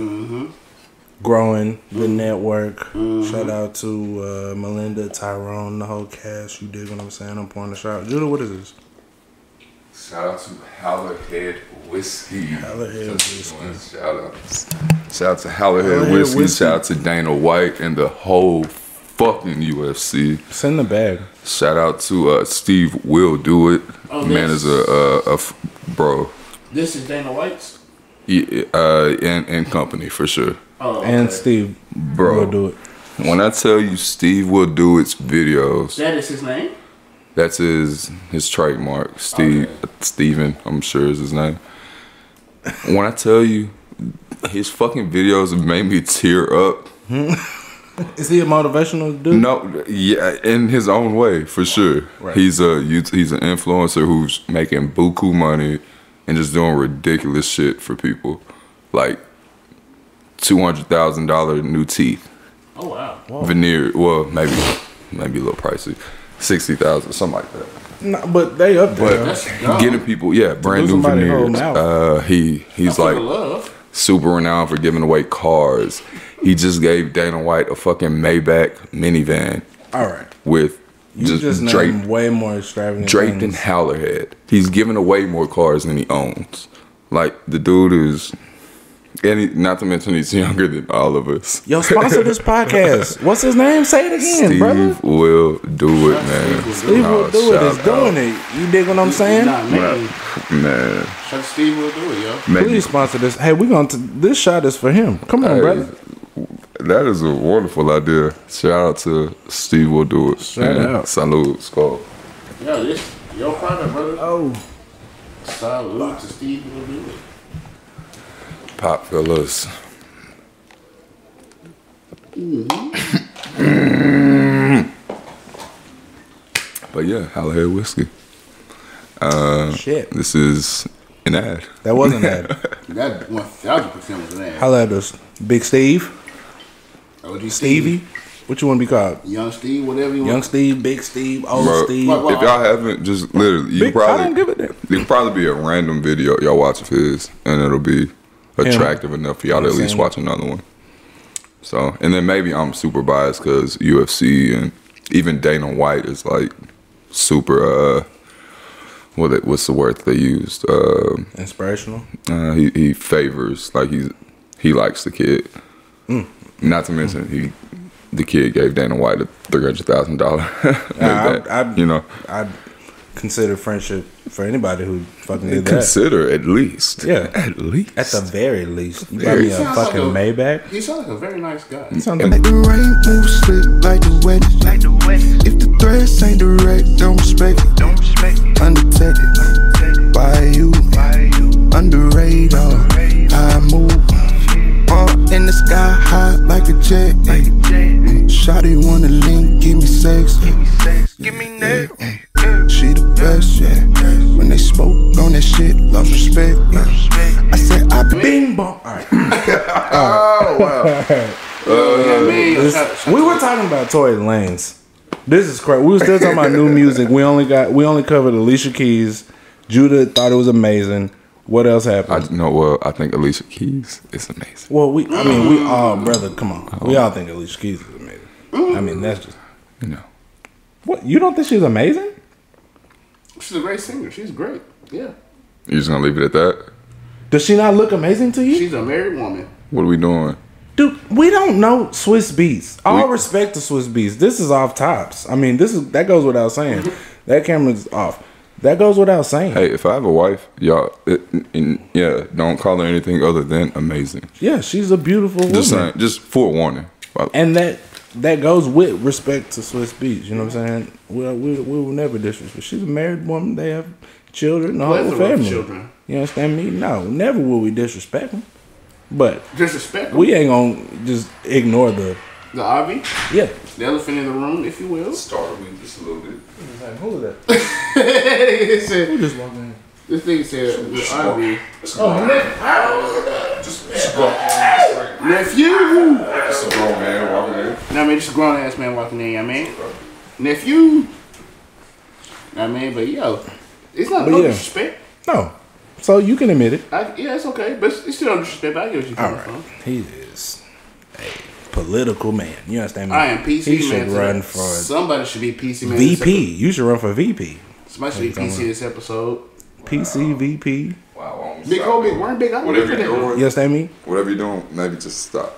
[SPEAKER 2] growing the network. Shout out to uh, Melinda, Tyrone, the whole cast. You dig what I'm saying? I'm pouring a shout. out. Judah, what is this?
[SPEAKER 3] Shout out to Hallerhead Whiskey.
[SPEAKER 2] Hallerhead Whiskey.
[SPEAKER 3] Shout out. Shout out to Hallerhead
[SPEAKER 2] Hallerhead
[SPEAKER 3] Whiskey.
[SPEAKER 2] Whiskey.
[SPEAKER 3] Shout out to Dana White and the whole fucking UFC.
[SPEAKER 2] It's in the bag.
[SPEAKER 3] Shout out to uh, Steve Will Do It.
[SPEAKER 1] Oh,
[SPEAKER 3] Man
[SPEAKER 1] yes.
[SPEAKER 3] is a, a, a f- bro.
[SPEAKER 1] This is Dana White's.
[SPEAKER 3] He, uh, and, and company for sure.
[SPEAKER 1] Oh,
[SPEAKER 2] And
[SPEAKER 1] okay.
[SPEAKER 2] Steve,
[SPEAKER 3] Bro.
[SPEAKER 2] will do it.
[SPEAKER 3] When I tell you Steve Will Do It's videos,
[SPEAKER 1] that is his name.
[SPEAKER 3] That's his his trademark. Steve Steven, I'm sure is his name. When I tell you his fucking videos have made me tear up.
[SPEAKER 2] Is he a motivational dude?
[SPEAKER 3] No, yeah, in his own way for sure.
[SPEAKER 2] Right.
[SPEAKER 3] He's a yout- he's an influencer who's making buku money and just doing ridiculous shit for people, like two hundred thousand dollar new teeth.
[SPEAKER 1] Oh wow.
[SPEAKER 3] Veneer, well, maybe, maybe a little pricey, sixty thousand, something like that.
[SPEAKER 2] No, but they up there.
[SPEAKER 3] But
[SPEAKER 1] That's dumb.
[SPEAKER 3] getting people, yeah, brand new
[SPEAKER 2] somebody
[SPEAKER 3] veneers.
[SPEAKER 2] holding out.
[SPEAKER 3] Uh, he he's
[SPEAKER 1] For the
[SPEAKER 3] like
[SPEAKER 1] love.
[SPEAKER 3] super renowned for giving away cars. He just gave Dana White a fucking Maybach minivan
[SPEAKER 2] All right,
[SPEAKER 3] with
[SPEAKER 2] you just,
[SPEAKER 3] just,
[SPEAKER 2] named
[SPEAKER 3] draped
[SPEAKER 2] way more extravagant.
[SPEAKER 3] draped in
[SPEAKER 2] things.
[SPEAKER 3] Howlerhead. He's giving away more cars than he owns. Like the dude is And he, not to mention, he's younger than all of us.
[SPEAKER 2] Yo, sponsor this podcast. What's his name? Say it again,
[SPEAKER 3] Steve
[SPEAKER 2] brother.
[SPEAKER 3] will do it, man.
[SPEAKER 2] Steve will
[SPEAKER 3] Nah,
[SPEAKER 2] do it.
[SPEAKER 3] shout
[SPEAKER 2] It's doing it. You dig what I'm saying?
[SPEAKER 1] Nah, man.
[SPEAKER 3] out. Man,
[SPEAKER 1] Shut Steve will do it, yo.
[SPEAKER 3] man,
[SPEAKER 2] Please sponsor this. Hey, we gonna t- this shot is for him. Come on,
[SPEAKER 3] Hey,
[SPEAKER 2] brother.
[SPEAKER 3] that is a wonderful idea. Shout out to Steve will do it.
[SPEAKER 2] Shout
[SPEAKER 3] And
[SPEAKER 2] out.
[SPEAKER 3] Salute, Skull.
[SPEAKER 1] Yo, this your product, brother.
[SPEAKER 2] Oh,
[SPEAKER 1] Salute to Steve will do it.
[SPEAKER 3] Pop fellas. but yeah, Hallahair whiskey. Uh,
[SPEAKER 2] shit.
[SPEAKER 3] This is an ad.
[SPEAKER 2] That wasn't that.
[SPEAKER 1] That one thousand percent was an ad.
[SPEAKER 2] Holla at us, Big Steve,
[SPEAKER 1] OG
[SPEAKER 2] Stevie. What you want to be called?
[SPEAKER 1] Young Steve, whatever you
[SPEAKER 2] Young
[SPEAKER 1] want.
[SPEAKER 2] Steve, Big Steve, Old
[SPEAKER 3] Bro,
[SPEAKER 2] Steve.
[SPEAKER 1] What, what?
[SPEAKER 3] if y'all haven't, just literally, you
[SPEAKER 2] Big-
[SPEAKER 3] probably
[SPEAKER 2] I don't give a damn.
[SPEAKER 3] It could probably be a random video y'all watch of his, and it'll be attractive enough for y'all to at least
[SPEAKER 2] Same.
[SPEAKER 3] watch another one. So, and then maybe I'm super biased because UFC and even Dana White is like super. uh what it, what's the word they used? Uh,
[SPEAKER 2] Inspirational.
[SPEAKER 3] uh, he he favors like he's he likes the kid.
[SPEAKER 2] Mm.
[SPEAKER 3] Not to mention he the kid gave Dana White a three hundred thousand dollar.
[SPEAKER 2] I- I-
[SPEAKER 3] You know,
[SPEAKER 2] I'd consider friendship for anybody who fucking did that.
[SPEAKER 3] consider at least
[SPEAKER 2] Yeah.
[SPEAKER 3] at least
[SPEAKER 2] At the very least, you got me a
[SPEAKER 1] Sounds
[SPEAKER 2] fucking
[SPEAKER 1] like a-
[SPEAKER 2] Maybach.
[SPEAKER 1] He sounds like a very nice guy.
[SPEAKER 2] Something.
[SPEAKER 5] Make the rain move slick like the wedding. Like the wedding. If the threads ain't direct, don't respect it. Don't respect it. Undetected. By you. By you. Under radar. I move. Up in the sky high like a jet. Like Shotty wanna link, give me sex. Give me sex. Give me neck. She the best, yeah. When they spoke on that shit, lost respect. Yeah. I said I been
[SPEAKER 2] Bing bong. All right.
[SPEAKER 1] Yeah, man,
[SPEAKER 2] This-
[SPEAKER 1] shout- shout-
[SPEAKER 2] we were talking about Tory Lanez. This is crazy. We were still talking about new music. We only got we only covered Alicia Keys. Judah thought it was amazing. What else
[SPEAKER 3] I
[SPEAKER 2] happened?
[SPEAKER 3] know. Well, I think Alicia Keys is amazing.
[SPEAKER 2] well, we I mean we all brother. Come on, we all think Alicia Keys is amazing. I mean that's just
[SPEAKER 3] You know,
[SPEAKER 2] what you don't think she's amazing?
[SPEAKER 1] She's a great singer. She's great. Yeah.
[SPEAKER 3] you just gonna leave it at that.
[SPEAKER 2] Does she not look amazing to you?
[SPEAKER 1] She's a married woman.
[SPEAKER 3] What are we doing?
[SPEAKER 2] Dude, we don't know Swiss Beats. All
[SPEAKER 3] We-
[SPEAKER 2] respect to Swiss Beats. This is off tops. I mean, this is that goes without saying. that camera's off. That goes without saying.
[SPEAKER 3] Hey, if I have a wife, y'all, it, and, yeah, don't call her anything other than amazing.
[SPEAKER 2] Yeah, she's a beautiful woman.
[SPEAKER 3] Just saying, just forewarning. By the-
[SPEAKER 2] And that that goes with respect to Swiss Beats. You know what I'm saying? We we, we will never disrespect. She's a married woman. They have children. The whole
[SPEAKER 1] Plethora of
[SPEAKER 2] family.
[SPEAKER 1] children.
[SPEAKER 2] You understand me? No, never will we disrespect them. But
[SPEAKER 1] Disrespect.
[SPEAKER 2] we ain't gonna just ignore the
[SPEAKER 1] the Avi,
[SPEAKER 2] yeah.
[SPEAKER 1] the elephant in the room, if you will.
[SPEAKER 3] Started with just a little bit.
[SPEAKER 2] Who was that?
[SPEAKER 1] He said-
[SPEAKER 2] Who just walked in?
[SPEAKER 1] this nigga said the Avi.
[SPEAKER 2] Oh, man.
[SPEAKER 3] Just, just go. It's
[SPEAKER 1] Nephew!
[SPEAKER 3] a grown man walking in.
[SPEAKER 1] Now, I mean, just a grown ass man walking in, I mean. Nephew! I mean, but yo, it's not
[SPEAKER 2] But
[SPEAKER 1] no
[SPEAKER 2] yeah.
[SPEAKER 1] disrespect.
[SPEAKER 2] No. So you can admit it.
[SPEAKER 1] I, yeah, it's okay, but it's still no disrespect. but I get what you're
[SPEAKER 2] All
[SPEAKER 1] coming
[SPEAKER 2] right.
[SPEAKER 1] from.
[SPEAKER 2] He is a political man. You understand me?
[SPEAKER 1] I am PC
[SPEAKER 2] He
[SPEAKER 1] man.
[SPEAKER 2] should
[SPEAKER 1] today.
[SPEAKER 2] run for
[SPEAKER 1] Somebody should be PC man. this
[SPEAKER 2] VP. You should run for VP.
[SPEAKER 1] episode. Somebody should be
[SPEAKER 2] Hey,
[SPEAKER 1] PC this episode.
[SPEAKER 2] PC, VP.
[SPEAKER 3] Wow.
[SPEAKER 1] Big old big, weren't big. I'm
[SPEAKER 3] Whatever you're
[SPEAKER 1] that.
[SPEAKER 3] doing,
[SPEAKER 2] You understand me?
[SPEAKER 3] whatever you're doing, maybe just stop.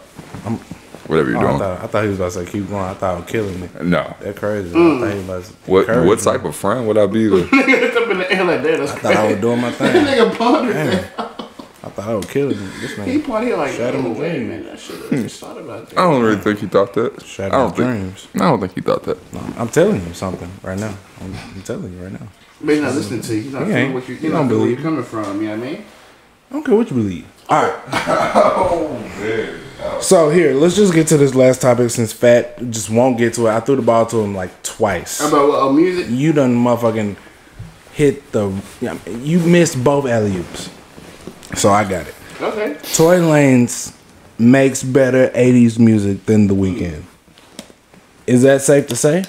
[SPEAKER 3] whatever you're
[SPEAKER 2] Oh, I,
[SPEAKER 3] doing.
[SPEAKER 2] thought, I thought he was about to say keep going. I thought I was killing me.
[SPEAKER 3] no.
[SPEAKER 2] That crazy. I thought he
[SPEAKER 1] Mm.
[SPEAKER 2] was about to
[SPEAKER 3] What
[SPEAKER 2] encourage
[SPEAKER 3] what
[SPEAKER 2] me.
[SPEAKER 3] type of friend would I be? To,
[SPEAKER 1] It's up in the air like that. That's
[SPEAKER 2] I thought I was doing my
[SPEAKER 1] That
[SPEAKER 2] thing.
[SPEAKER 1] nigga pondered
[SPEAKER 2] Damn.
[SPEAKER 1] that.
[SPEAKER 2] I thought I was killing him. This
[SPEAKER 1] He
[SPEAKER 2] man
[SPEAKER 1] probably like,
[SPEAKER 2] Shut him
[SPEAKER 1] oh, wait a
[SPEAKER 2] down.
[SPEAKER 1] minute, I should
[SPEAKER 2] Hmm.
[SPEAKER 1] have just thought about that.
[SPEAKER 3] I don't really think he thought that.
[SPEAKER 2] shattered
[SPEAKER 3] I
[SPEAKER 2] my
[SPEAKER 3] don't think.
[SPEAKER 2] dreams.
[SPEAKER 3] I don't think he thought that.
[SPEAKER 2] I'm telling you something right now. I'm, I'm telling you right now.
[SPEAKER 1] But he's not listening to you. He's not
[SPEAKER 2] He
[SPEAKER 1] feeling
[SPEAKER 2] ain't.
[SPEAKER 1] what you,
[SPEAKER 2] He
[SPEAKER 1] he's not
[SPEAKER 2] don't
[SPEAKER 1] feeling where
[SPEAKER 2] believe
[SPEAKER 1] you're coming from. You know what I mean?
[SPEAKER 2] I don't care what you believe. All right.
[SPEAKER 1] Oh,
[SPEAKER 2] So here, let's just get to this last topic since Fat just won't get to it. I threw the ball to him like twice.
[SPEAKER 1] How about uh, music?
[SPEAKER 2] You done motherfucking hit the. You missed both alley oops. So I got it.
[SPEAKER 1] Okay.
[SPEAKER 2] Toy Lanez makes better 80s music than The Weeknd. Is that safe to say?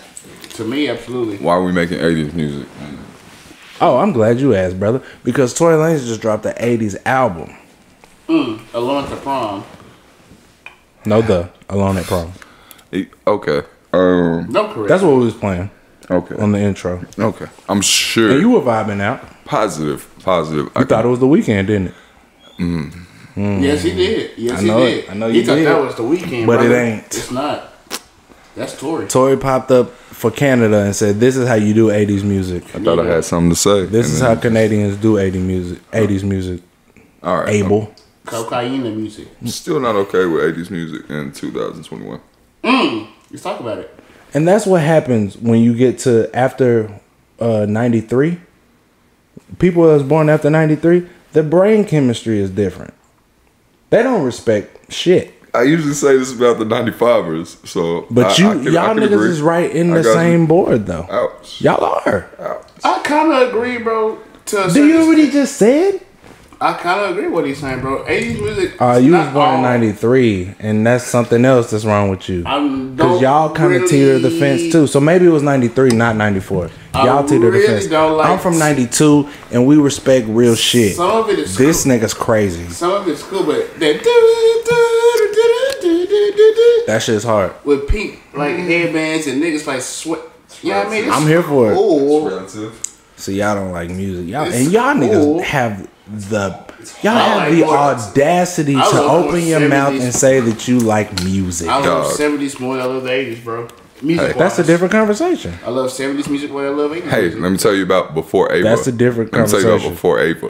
[SPEAKER 1] To me, absolutely.
[SPEAKER 3] Why are we making 80s music?
[SPEAKER 2] Oh, I'm glad you asked, brother. Because Toy Lanez just dropped the 80s album.
[SPEAKER 1] Mm, Alone to prom.
[SPEAKER 2] No, the Alone at Prom.
[SPEAKER 3] It- Okay. Um.
[SPEAKER 1] No correct.
[SPEAKER 2] That's what we was playing on
[SPEAKER 3] Okay.
[SPEAKER 2] the intro.
[SPEAKER 3] Okay. I'm sure.
[SPEAKER 2] And you were vibing out.
[SPEAKER 3] positive. Positive. I
[SPEAKER 2] You thought it was the weekend, didn't it?
[SPEAKER 1] Yes, he did. Yes,
[SPEAKER 2] I know
[SPEAKER 1] he
[SPEAKER 2] it.
[SPEAKER 1] did.
[SPEAKER 2] I know
[SPEAKER 1] he
[SPEAKER 2] you
[SPEAKER 1] thought
[SPEAKER 2] did.
[SPEAKER 1] that was the weekend,
[SPEAKER 2] But it
[SPEAKER 1] brother.
[SPEAKER 2] ain't.
[SPEAKER 1] It's not. That's Tory.
[SPEAKER 2] Tory popped up for Canada and said, "This is how you do '80s music.
[SPEAKER 3] I thought I had something to say.
[SPEAKER 2] This
[SPEAKER 3] and
[SPEAKER 2] is how
[SPEAKER 3] then-
[SPEAKER 2] Canadians do '80s music. '80s music.
[SPEAKER 3] All right, I'm
[SPEAKER 2] Able.
[SPEAKER 1] Cocaine music.
[SPEAKER 3] still not okay with '80s music in 2021.
[SPEAKER 1] Let's talk about it.
[SPEAKER 2] And that's what happens when you get to after uh, 93. People that was born after 93, their brain chemistry is different. They don't respect shit.
[SPEAKER 3] I usually say this about the '95ers, so I- I
[SPEAKER 2] But you,
[SPEAKER 3] can- I
[SPEAKER 2] y'all
[SPEAKER 3] can
[SPEAKER 2] niggas
[SPEAKER 3] agree.
[SPEAKER 2] is right in
[SPEAKER 3] I
[SPEAKER 2] the
[SPEAKER 3] got you.
[SPEAKER 2] same board though.
[SPEAKER 3] Ouch.
[SPEAKER 2] Y'all are.
[SPEAKER 1] I kind of agree, bro. To a
[SPEAKER 2] Do you
[SPEAKER 1] certain-
[SPEAKER 2] hear what he just said?
[SPEAKER 1] I kind of agree with what he's saying, bro. 80s music.
[SPEAKER 2] Uh, you was
[SPEAKER 1] not
[SPEAKER 2] born in
[SPEAKER 1] all-
[SPEAKER 2] '93, and that's something else that's wrong with you.
[SPEAKER 1] I'm-
[SPEAKER 2] Because
[SPEAKER 1] don't
[SPEAKER 2] y'all kind of
[SPEAKER 1] really-
[SPEAKER 2] teeter the fence too. So maybe it was 93, not 94. Y'all teeter
[SPEAKER 1] really
[SPEAKER 2] the fence.
[SPEAKER 1] don't like-
[SPEAKER 2] I'm from 92, and we respect real shit.
[SPEAKER 1] Some of it is
[SPEAKER 2] this
[SPEAKER 1] cool.
[SPEAKER 2] nigga's crazy.
[SPEAKER 1] Some of it's cool, but that
[SPEAKER 2] That shit's hard.
[SPEAKER 1] with pink like
[SPEAKER 3] Mm.
[SPEAKER 1] headbands and niggas like sweat. You know what I mean? It's
[SPEAKER 2] I'm here for it.
[SPEAKER 1] cool.
[SPEAKER 3] Relative.
[SPEAKER 2] So y'all don't like music. Y'all
[SPEAKER 1] It's
[SPEAKER 2] and y'all
[SPEAKER 1] cool.
[SPEAKER 2] niggas have the y'all
[SPEAKER 1] I
[SPEAKER 2] have
[SPEAKER 1] like
[SPEAKER 2] the
[SPEAKER 1] more-
[SPEAKER 2] audacity
[SPEAKER 1] I
[SPEAKER 2] to
[SPEAKER 1] love more
[SPEAKER 2] open your mouth
[SPEAKER 1] 70s.
[SPEAKER 2] and say that you like music.
[SPEAKER 1] I love
[SPEAKER 3] Dog.
[SPEAKER 1] 70s more than I love the 80s, bro. Music.
[SPEAKER 3] Hey.
[SPEAKER 2] That's a
[SPEAKER 1] wise.
[SPEAKER 2] different conversation.
[SPEAKER 1] I love 70s music more than I love 80s.
[SPEAKER 3] Hey,
[SPEAKER 1] music.
[SPEAKER 3] let me tell you about before Ava.
[SPEAKER 2] That's a different
[SPEAKER 3] Let me tell you about
[SPEAKER 2] conversation.
[SPEAKER 3] before Ava.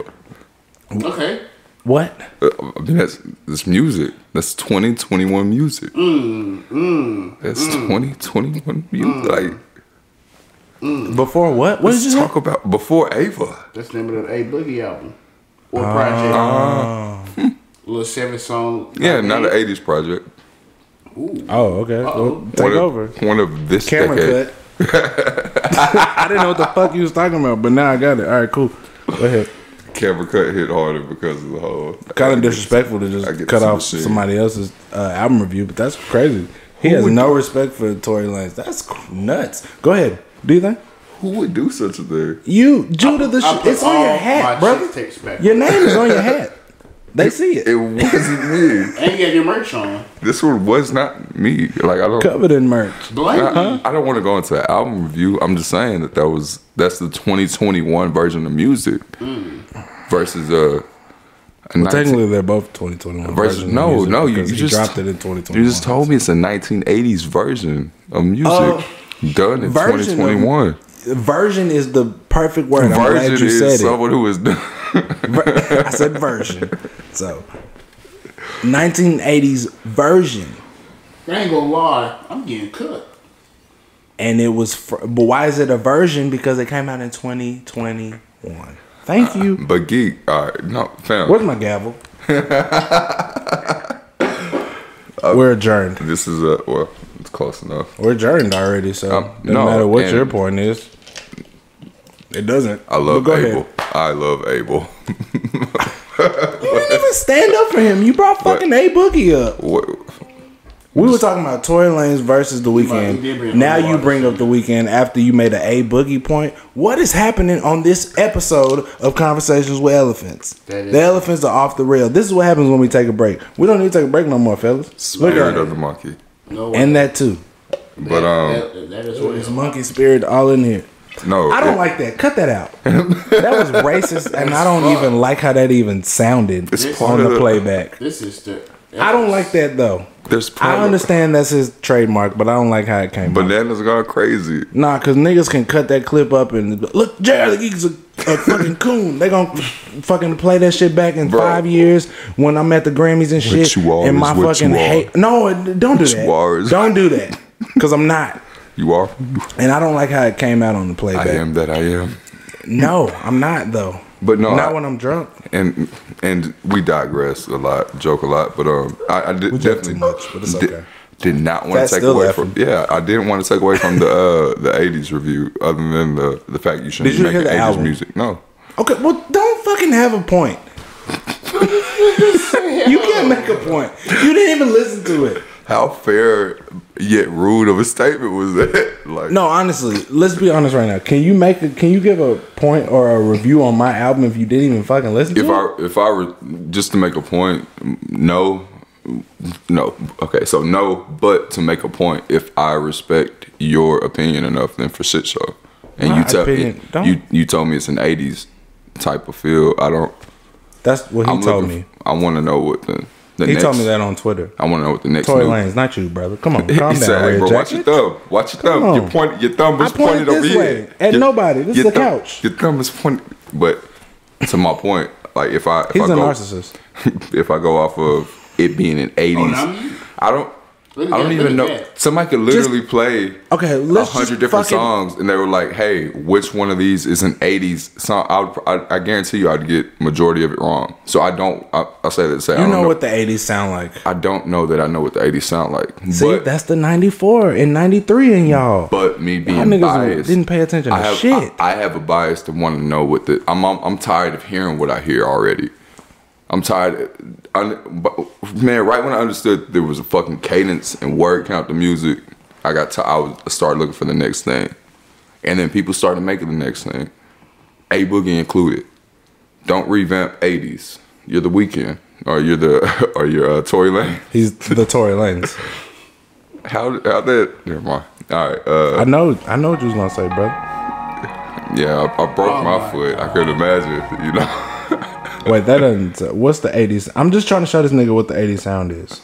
[SPEAKER 1] okay.
[SPEAKER 2] What?
[SPEAKER 3] Uh, I mean, that's this music. That's 2021 music.
[SPEAKER 2] Mm-hmm.
[SPEAKER 3] that's 2021 music.
[SPEAKER 2] Mm.
[SPEAKER 3] Like,
[SPEAKER 2] Before what? What did you
[SPEAKER 3] let's
[SPEAKER 2] say?
[SPEAKER 3] talk about before Ava.
[SPEAKER 1] That's the name of the A Boogie album or project.
[SPEAKER 2] Ah.
[SPEAKER 1] Little seven song.
[SPEAKER 3] Yeah,
[SPEAKER 1] like,
[SPEAKER 3] not an
[SPEAKER 1] eight.
[SPEAKER 3] 80s project.
[SPEAKER 2] Oh, okay. Well, take
[SPEAKER 3] one
[SPEAKER 2] over.
[SPEAKER 3] Of, one of this
[SPEAKER 2] Camera
[SPEAKER 3] decade.
[SPEAKER 2] cut. I didn't know what the fuck you was talking about, but now I got it. All right, cool. Go ahead.
[SPEAKER 3] Camera cut hit harder because of the whole.
[SPEAKER 2] Kind of disrespectful to
[SPEAKER 3] I
[SPEAKER 2] just
[SPEAKER 3] get
[SPEAKER 2] cut
[SPEAKER 3] some
[SPEAKER 2] off
[SPEAKER 3] shit.
[SPEAKER 2] somebody else's uh, album review, but that's crazy. He has no respect for Tory Lanez. That's cr- nuts. Go ahead. Do you think?
[SPEAKER 3] Who would do such a thing?
[SPEAKER 2] You, Judah, the
[SPEAKER 1] I
[SPEAKER 2] sh-
[SPEAKER 1] put
[SPEAKER 2] it's on
[SPEAKER 1] all
[SPEAKER 2] your
[SPEAKER 1] my
[SPEAKER 2] hat, brother.
[SPEAKER 1] chicks tapes back.
[SPEAKER 2] Your name is on your hat. They see
[SPEAKER 3] It
[SPEAKER 2] it.
[SPEAKER 3] wasn't me.
[SPEAKER 1] And you got your merch on.
[SPEAKER 3] This one was not me. Like I don't.
[SPEAKER 2] Covered in merch.
[SPEAKER 1] Blame
[SPEAKER 3] I, I don't want to go into an album review. I'm just saying that that was that's the 2021 version of music versus uh, a.
[SPEAKER 2] Well,
[SPEAKER 3] 19
[SPEAKER 2] Mm. technically, they're both 2021.
[SPEAKER 3] versus
[SPEAKER 2] versions of
[SPEAKER 3] no,
[SPEAKER 2] music
[SPEAKER 3] no, you,
[SPEAKER 2] because
[SPEAKER 3] you
[SPEAKER 2] he
[SPEAKER 3] just
[SPEAKER 2] dropped it in 2021.
[SPEAKER 3] You just told me it's a 1980s version of music
[SPEAKER 2] Uh,
[SPEAKER 3] done in
[SPEAKER 2] version of-
[SPEAKER 3] 2021.
[SPEAKER 2] Version is the perfect word. I'm
[SPEAKER 3] version
[SPEAKER 2] glad you
[SPEAKER 3] is
[SPEAKER 2] said it.
[SPEAKER 3] someone who is done.
[SPEAKER 2] Ver- I said version. So, 1980s version,
[SPEAKER 1] I ain't gonna lie, I'm getting cooked.
[SPEAKER 2] and it was. Fr- but why is it a version? Because it came out in 2021. Thank you.
[SPEAKER 3] But geek, all right, no, fam.
[SPEAKER 2] Where's my gavel? We're adjourned.
[SPEAKER 3] This is a well, it's close enough.
[SPEAKER 2] We're adjourned already. So
[SPEAKER 3] Um,
[SPEAKER 2] doesn't
[SPEAKER 3] no,
[SPEAKER 2] matter what
[SPEAKER 3] and-
[SPEAKER 2] your point is. It doesn't.
[SPEAKER 3] I love
[SPEAKER 2] But go
[SPEAKER 3] Abel.
[SPEAKER 2] ahead.
[SPEAKER 3] I love Abel.
[SPEAKER 2] You didn't even stand up for him. You brought fucking a boogie up.
[SPEAKER 3] what?
[SPEAKER 2] We were talking about Tory Lanez versus The
[SPEAKER 1] He did bring
[SPEAKER 2] Weeknd.
[SPEAKER 1] up
[SPEAKER 2] Now
[SPEAKER 1] the
[SPEAKER 2] you
[SPEAKER 1] water
[SPEAKER 2] bring up The Weeknd after you made an A Boogie point. What is happening on this episode of Conversations with Elephants?
[SPEAKER 1] That is-
[SPEAKER 2] The elephants are off the rail. This is what happens when we take a break. We don't need to take a break no more, fellas. Look
[SPEAKER 3] Spirit
[SPEAKER 2] at
[SPEAKER 3] of the
[SPEAKER 2] it.
[SPEAKER 3] monkey.
[SPEAKER 1] No way.
[SPEAKER 2] And Mm. that too.
[SPEAKER 3] But um,
[SPEAKER 1] that, that is
[SPEAKER 2] It's
[SPEAKER 1] what
[SPEAKER 2] monkey spirit all in here.
[SPEAKER 3] no,
[SPEAKER 2] I don't
[SPEAKER 3] it-
[SPEAKER 2] like that. Cut that out. that was racist, and I don't even like how that even sounded
[SPEAKER 3] It's
[SPEAKER 2] on
[SPEAKER 3] part of
[SPEAKER 2] the
[SPEAKER 3] the-
[SPEAKER 2] playback.
[SPEAKER 1] this is the.
[SPEAKER 2] I don't like that though.
[SPEAKER 3] There's
[SPEAKER 2] I
[SPEAKER 3] probably-
[SPEAKER 2] understand that's his trademark, but I don't like how it came. out.
[SPEAKER 3] Bananas gone crazy.
[SPEAKER 2] Nah, cause niggas can cut that clip up and look, Jared League's a, a fucking coon. They gonna fucking play that shit back in
[SPEAKER 3] Bro.
[SPEAKER 2] five years when I'm at the Grammys and shit.
[SPEAKER 3] you are
[SPEAKER 2] and
[SPEAKER 3] is
[SPEAKER 2] my
[SPEAKER 3] what
[SPEAKER 2] fucking
[SPEAKER 3] you are.
[SPEAKER 2] hate. No, don't do
[SPEAKER 3] What you are
[SPEAKER 2] that.
[SPEAKER 3] is-
[SPEAKER 2] Don't do that. Cause I'm not,
[SPEAKER 3] You are.
[SPEAKER 2] and I don't like how it came out on the
[SPEAKER 3] I
[SPEAKER 2] playback.
[SPEAKER 3] am that I am.
[SPEAKER 2] No, I'm not though.
[SPEAKER 3] But no,
[SPEAKER 2] not
[SPEAKER 3] I-
[SPEAKER 2] when I'm drunk.
[SPEAKER 3] and and we digress a lot, joke a lot, but um, I, I did
[SPEAKER 2] We joke
[SPEAKER 3] definitely
[SPEAKER 2] too much, but it's
[SPEAKER 3] did,
[SPEAKER 2] okay.
[SPEAKER 3] did not want
[SPEAKER 2] Fat's
[SPEAKER 3] to take
[SPEAKER 2] still
[SPEAKER 3] away
[SPEAKER 2] laughing.
[SPEAKER 3] from yeah, I didn't want to take away from the uh the '80s review, other than the the fact you shouldn't
[SPEAKER 2] Did
[SPEAKER 3] be
[SPEAKER 2] you hear the
[SPEAKER 3] making '80s
[SPEAKER 2] album?
[SPEAKER 3] music. No,
[SPEAKER 2] Okay, well, don't fucking have a point. you can't make a point. You didn't even listen to it.
[SPEAKER 3] how fair yet rude of a statement was that? like
[SPEAKER 2] No, honestly, let's be honest right now. Can you make a can you give a point or a review on my album if you didn't even fucking listen
[SPEAKER 3] if
[SPEAKER 2] to it?
[SPEAKER 3] I if I were just to make a point, no, no. Okay, so no, but to make a point, if I respect your opinion enough, then for shit show, and
[SPEAKER 2] My
[SPEAKER 3] you tell
[SPEAKER 2] opinion-
[SPEAKER 3] me
[SPEAKER 2] don't-
[SPEAKER 3] you you told me it's an '80s type of feel. I don't.
[SPEAKER 2] That's what he
[SPEAKER 3] I'm
[SPEAKER 2] told
[SPEAKER 3] looking
[SPEAKER 2] me.
[SPEAKER 3] f- I want to know what the, the
[SPEAKER 2] He
[SPEAKER 3] next.
[SPEAKER 2] told me that on Twitter.
[SPEAKER 3] I want to know what the next.
[SPEAKER 2] Tory
[SPEAKER 3] new-
[SPEAKER 2] Lanez, not you, brother. Come on,
[SPEAKER 3] He
[SPEAKER 2] calm
[SPEAKER 3] said,
[SPEAKER 2] down,
[SPEAKER 3] "Hey,
[SPEAKER 2] Red
[SPEAKER 3] bro, watch your
[SPEAKER 2] Jacket.
[SPEAKER 3] thumb. Watch your thumb.
[SPEAKER 2] on.
[SPEAKER 3] Your point. Your thumb is
[SPEAKER 2] I pointed
[SPEAKER 3] pointed over
[SPEAKER 2] this
[SPEAKER 3] here.
[SPEAKER 2] way at
[SPEAKER 3] Your-
[SPEAKER 2] nobody. This
[SPEAKER 3] your
[SPEAKER 2] is a
[SPEAKER 3] thumb-
[SPEAKER 2] couch.
[SPEAKER 3] Your thumb is pointed. But to my point, like if I if
[SPEAKER 2] He's
[SPEAKER 3] I
[SPEAKER 2] a
[SPEAKER 3] go,
[SPEAKER 2] narcissist.
[SPEAKER 3] if I go off of it being an '80s,
[SPEAKER 1] Oh, now you-
[SPEAKER 3] I don't. I
[SPEAKER 1] Look at
[SPEAKER 3] don't
[SPEAKER 1] that,
[SPEAKER 3] even
[SPEAKER 1] look
[SPEAKER 3] know.
[SPEAKER 1] at that.
[SPEAKER 3] Somebody could literally play
[SPEAKER 2] Okay,
[SPEAKER 3] a
[SPEAKER 2] Oh, let's
[SPEAKER 3] hundred
[SPEAKER 2] just
[SPEAKER 3] different
[SPEAKER 2] fucking-
[SPEAKER 3] songs, and they were like, "Hey, which one of these is an '80s song?" I, would, I, I guarantee you, I'd get majority of it wrong. So I don't. I, I say that. Say I
[SPEAKER 2] You
[SPEAKER 3] don't
[SPEAKER 2] know what the '80s sound like.
[SPEAKER 3] I don't know that I know what the '80s sound like.
[SPEAKER 2] See,
[SPEAKER 3] but,
[SPEAKER 2] that's the '94 and '93 in y'all.
[SPEAKER 3] but me
[SPEAKER 2] Y'all
[SPEAKER 3] being
[SPEAKER 2] niggas
[SPEAKER 3] biased,
[SPEAKER 2] didn't pay attention to
[SPEAKER 3] I have,
[SPEAKER 2] shit.
[SPEAKER 3] I, I have a bias to want to know what the. I'm, I'm I'm tired of hearing what I hear already. I'm tired. I, but, man, right when I understood there was a fucking cadence and word count to music, I got to. I was I started looking for the next thing, and then people started making the next thing, a boogie included. Don't revamp '80s. You're the weekend, or you're the, or you're uh, Tory Lane.
[SPEAKER 2] He's the Tory Lanez.
[SPEAKER 3] How how that? Never mind. All right. Uh,
[SPEAKER 2] I know, I know what you was gonna say, brother.
[SPEAKER 3] yeah, I, I broke
[SPEAKER 1] Oh
[SPEAKER 3] my,
[SPEAKER 1] my
[SPEAKER 3] foot. I couldn't imagine. You know.
[SPEAKER 2] Wait, that doesn't. What's the '80s? I'm just trying to show this nigga what the '80s sound is,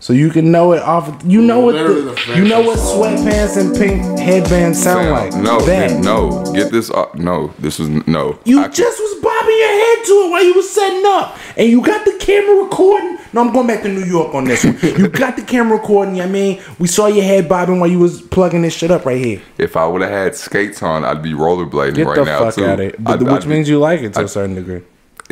[SPEAKER 2] so you can know it off. You know what
[SPEAKER 1] Literally
[SPEAKER 2] the,
[SPEAKER 1] the
[SPEAKER 2] you know what
[SPEAKER 1] freshest
[SPEAKER 2] sweatpants and pink headbands sound
[SPEAKER 3] Fam,
[SPEAKER 2] like.
[SPEAKER 3] No,
[SPEAKER 2] that.
[SPEAKER 3] no, get this off. No, this was no.
[SPEAKER 2] You
[SPEAKER 3] I could-
[SPEAKER 2] just was bobbing your head to it while you was setting up, and you got the camera recording. No, I'm going back to New York on this one. you got the camera recording. You know what I mean, we saw your head bobbing while you was plugging this shit up right here.
[SPEAKER 3] if I would have had skates on, I'd be rollerblading
[SPEAKER 2] Get
[SPEAKER 3] right
[SPEAKER 2] the
[SPEAKER 3] now
[SPEAKER 2] fuck
[SPEAKER 3] too.
[SPEAKER 2] out of here. But
[SPEAKER 3] I'd-
[SPEAKER 2] the- which
[SPEAKER 3] I'd be-
[SPEAKER 2] means you like it to a certain degree.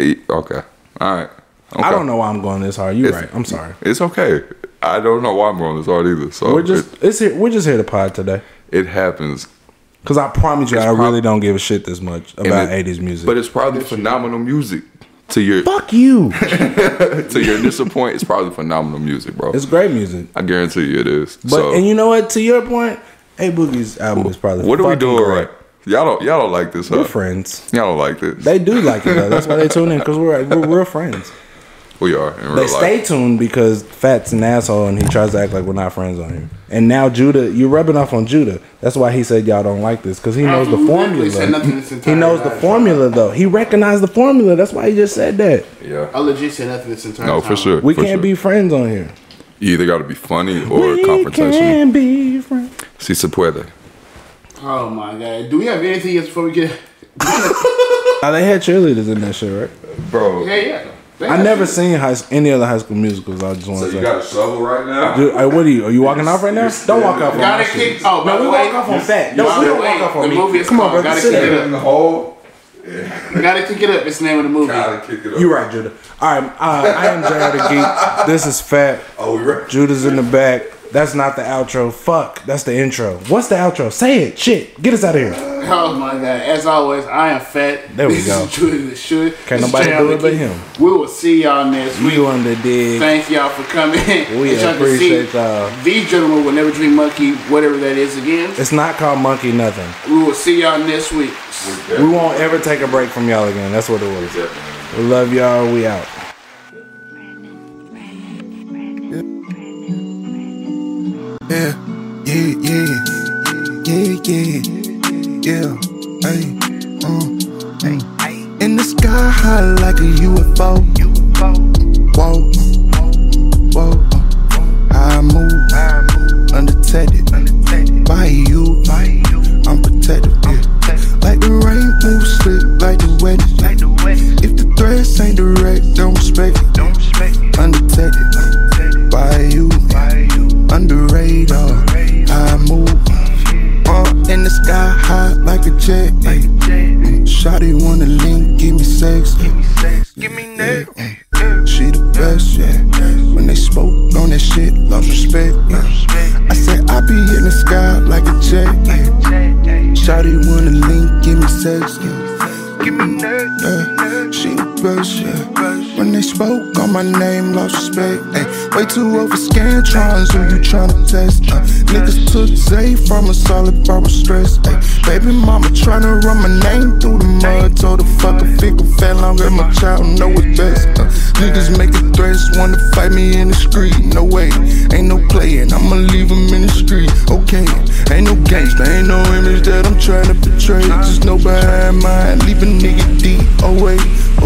[SPEAKER 3] Eh, okay, all right.
[SPEAKER 2] I
[SPEAKER 3] Okay.
[SPEAKER 2] don't know why I'm going this hard. You're
[SPEAKER 3] It's-
[SPEAKER 2] right. I'm sorry.
[SPEAKER 3] It's okay. I don't know why I'm going this hard either. So
[SPEAKER 2] We're just it's here, we're just here to pod today.
[SPEAKER 3] it, it happens.
[SPEAKER 2] Cause I promise you,
[SPEAKER 3] It's
[SPEAKER 2] I
[SPEAKER 3] prob-
[SPEAKER 2] really don't give a shit this much
[SPEAKER 3] And
[SPEAKER 2] about
[SPEAKER 3] it-
[SPEAKER 2] '80s music.
[SPEAKER 3] but it's probably phenomenal music. To your
[SPEAKER 2] fuck you,
[SPEAKER 3] to your disappoint, it's probably phenomenal music, bro.
[SPEAKER 2] it's great music.
[SPEAKER 3] I guarantee you it is.
[SPEAKER 2] But
[SPEAKER 3] so,
[SPEAKER 2] and you know what? To your point, A Boogie's album is probably
[SPEAKER 3] what are we
[SPEAKER 2] fucking
[SPEAKER 3] doing
[SPEAKER 2] great.
[SPEAKER 3] right? Y'all don't y'all don't like this, huh?
[SPEAKER 2] We're friends.
[SPEAKER 3] Y'all don't like this.
[SPEAKER 2] They do like it though. That's why they tune in because we're, we're real friends.
[SPEAKER 3] we are in real
[SPEAKER 2] They
[SPEAKER 3] life.
[SPEAKER 2] stay tuned because Fat's an asshole and he tries to act like we're not friends on here. And now Judah, you're rubbing off on Judah. That's why he said y'all don't like this because he knows the
[SPEAKER 1] Absolutely. He said
[SPEAKER 2] formula.
[SPEAKER 1] nothing this entire
[SPEAKER 2] He knows the
[SPEAKER 1] time.
[SPEAKER 2] formula though. He recognized the formula. That's why he just said that.
[SPEAKER 3] yeah.
[SPEAKER 1] I legit said nothing this entire
[SPEAKER 3] No,
[SPEAKER 1] time.
[SPEAKER 3] for sure.
[SPEAKER 2] We
[SPEAKER 3] for
[SPEAKER 2] can't
[SPEAKER 3] sure.
[SPEAKER 2] be friends on here.
[SPEAKER 3] You either got to be funny or
[SPEAKER 2] we
[SPEAKER 3] confrontational.
[SPEAKER 2] can be friends.
[SPEAKER 3] Si se puede.
[SPEAKER 1] Oh my god. Do we have anything else before we get?
[SPEAKER 2] Now they had cheerleaders in that shit, right?
[SPEAKER 3] Bro.
[SPEAKER 1] Yeah, yeah. They
[SPEAKER 2] I
[SPEAKER 1] have
[SPEAKER 2] never
[SPEAKER 1] shit.
[SPEAKER 2] seen high, any other high school musicals. I just want
[SPEAKER 3] So
[SPEAKER 2] to
[SPEAKER 3] you
[SPEAKER 2] say,
[SPEAKER 3] got a shovel right now?
[SPEAKER 2] Dude, hey, what are you? Are you walking off right now? Don't walk off. on my
[SPEAKER 1] Gotta
[SPEAKER 2] shit.
[SPEAKER 1] kick. Oh, by
[SPEAKER 2] No, we
[SPEAKER 1] the
[SPEAKER 2] walk
[SPEAKER 1] way,
[SPEAKER 2] off on fat.
[SPEAKER 1] by
[SPEAKER 2] No, we
[SPEAKER 1] the
[SPEAKER 2] don't
[SPEAKER 1] way,
[SPEAKER 2] walk off on
[SPEAKER 1] the
[SPEAKER 2] me.
[SPEAKER 1] movie is
[SPEAKER 2] Come on,
[SPEAKER 1] called
[SPEAKER 2] brother,
[SPEAKER 1] Gotta
[SPEAKER 2] sit
[SPEAKER 1] Kick It
[SPEAKER 2] down.
[SPEAKER 1] Up.
[SPEAKER 3] the hole.
[SPEAKER 1] Gotta kick it up. It's the name of the movie.
[SPEAKER 3] Gotta kick it up.
[SPEAKER 2] You right, Judah. All right, uh, I am Jared the Geek. This is Fat.
[SPEAKER 3] Oh, we right.
[SPEAKER 2] Judah's in the back. That's not the outro. Fuck, that's the intro. What's the outro? Say it. Shit, get us out of here.
[SPEAKER 1] Oh my god! As always, I am fat.
[SPEAKER 2] There we
[SPEAKER 1] This
[SPEAKER 2] go.
[SPEAKER 1] Is Julian the Shoot.
[SPEAKER 2] Can't
[SPEAKER 1] This
[SPEAKER 2] nobody
[SPEAKER 1] channel
[SPEAKER 2] do it but
[SPEAKER 1] keep-
[SPEAKER 2] him.
[SPEAKER 1] We will see y'all next
[SPEAKER 2] We
[SPEAKER 1] week.
[SPEAKER 2] on the dig.
[SPEAKER 1] Thank y'all for coming.
[SPEAKER 2] We
[SPEAKER 1] As y'all can
[SPEAKER 2] appreciate
[SPEAKER 1] see,
[SPEAKER 2] y'all.
[SPEAKER 1] The gentleman will never dream monkey, whatever that is. Again,
[SPEAKER 2] It's not called Monkey Nothing.
[SPEAKER 1] we will see y'all next week.
[SPEAKER 2] We won't ever take a break from y'all again. That's what it was. We love y'all. We out.
[SPEAKER 5] Yeah, yeah, yeah, yeah, yeah, yeah, hey, uh, hey. In the sky high like a UFO, whoa, whoa, I move, undetected, by you, I'm protected, yeah. Like the rain move slip, like the wedding, if the threats ain't direct, don't respect it, undetected, by you, under radar. I move uh, in the sky high like a jet. Like Shotty wanna link, give me sex. Give me sex, give me neck. She the best, yeah. When they spoke on that shit, lost respect. Yeah. I said I be in the sky like a jet. Yeah. Shotty wanna link, give me sex. Yeah. Give me neck. Yeah. She the best, yeah. When they spoke on my name, lost respect. ayy. Way too over scantrons, who you tryna test? Uh, niggas took Zay from a solid barber stress. ayy. Baby mama tryna run my name through the mud. Told her fuck a fickle fat long as my child know it's best. Uh, niggas making threats, wanna fight me in the street. No way, ain't no playing, I'ma leave them in the street. Okay, ain't no gangster, ain't no image that I'm tryna portray. Just know behind mine, leave a nigga DOA.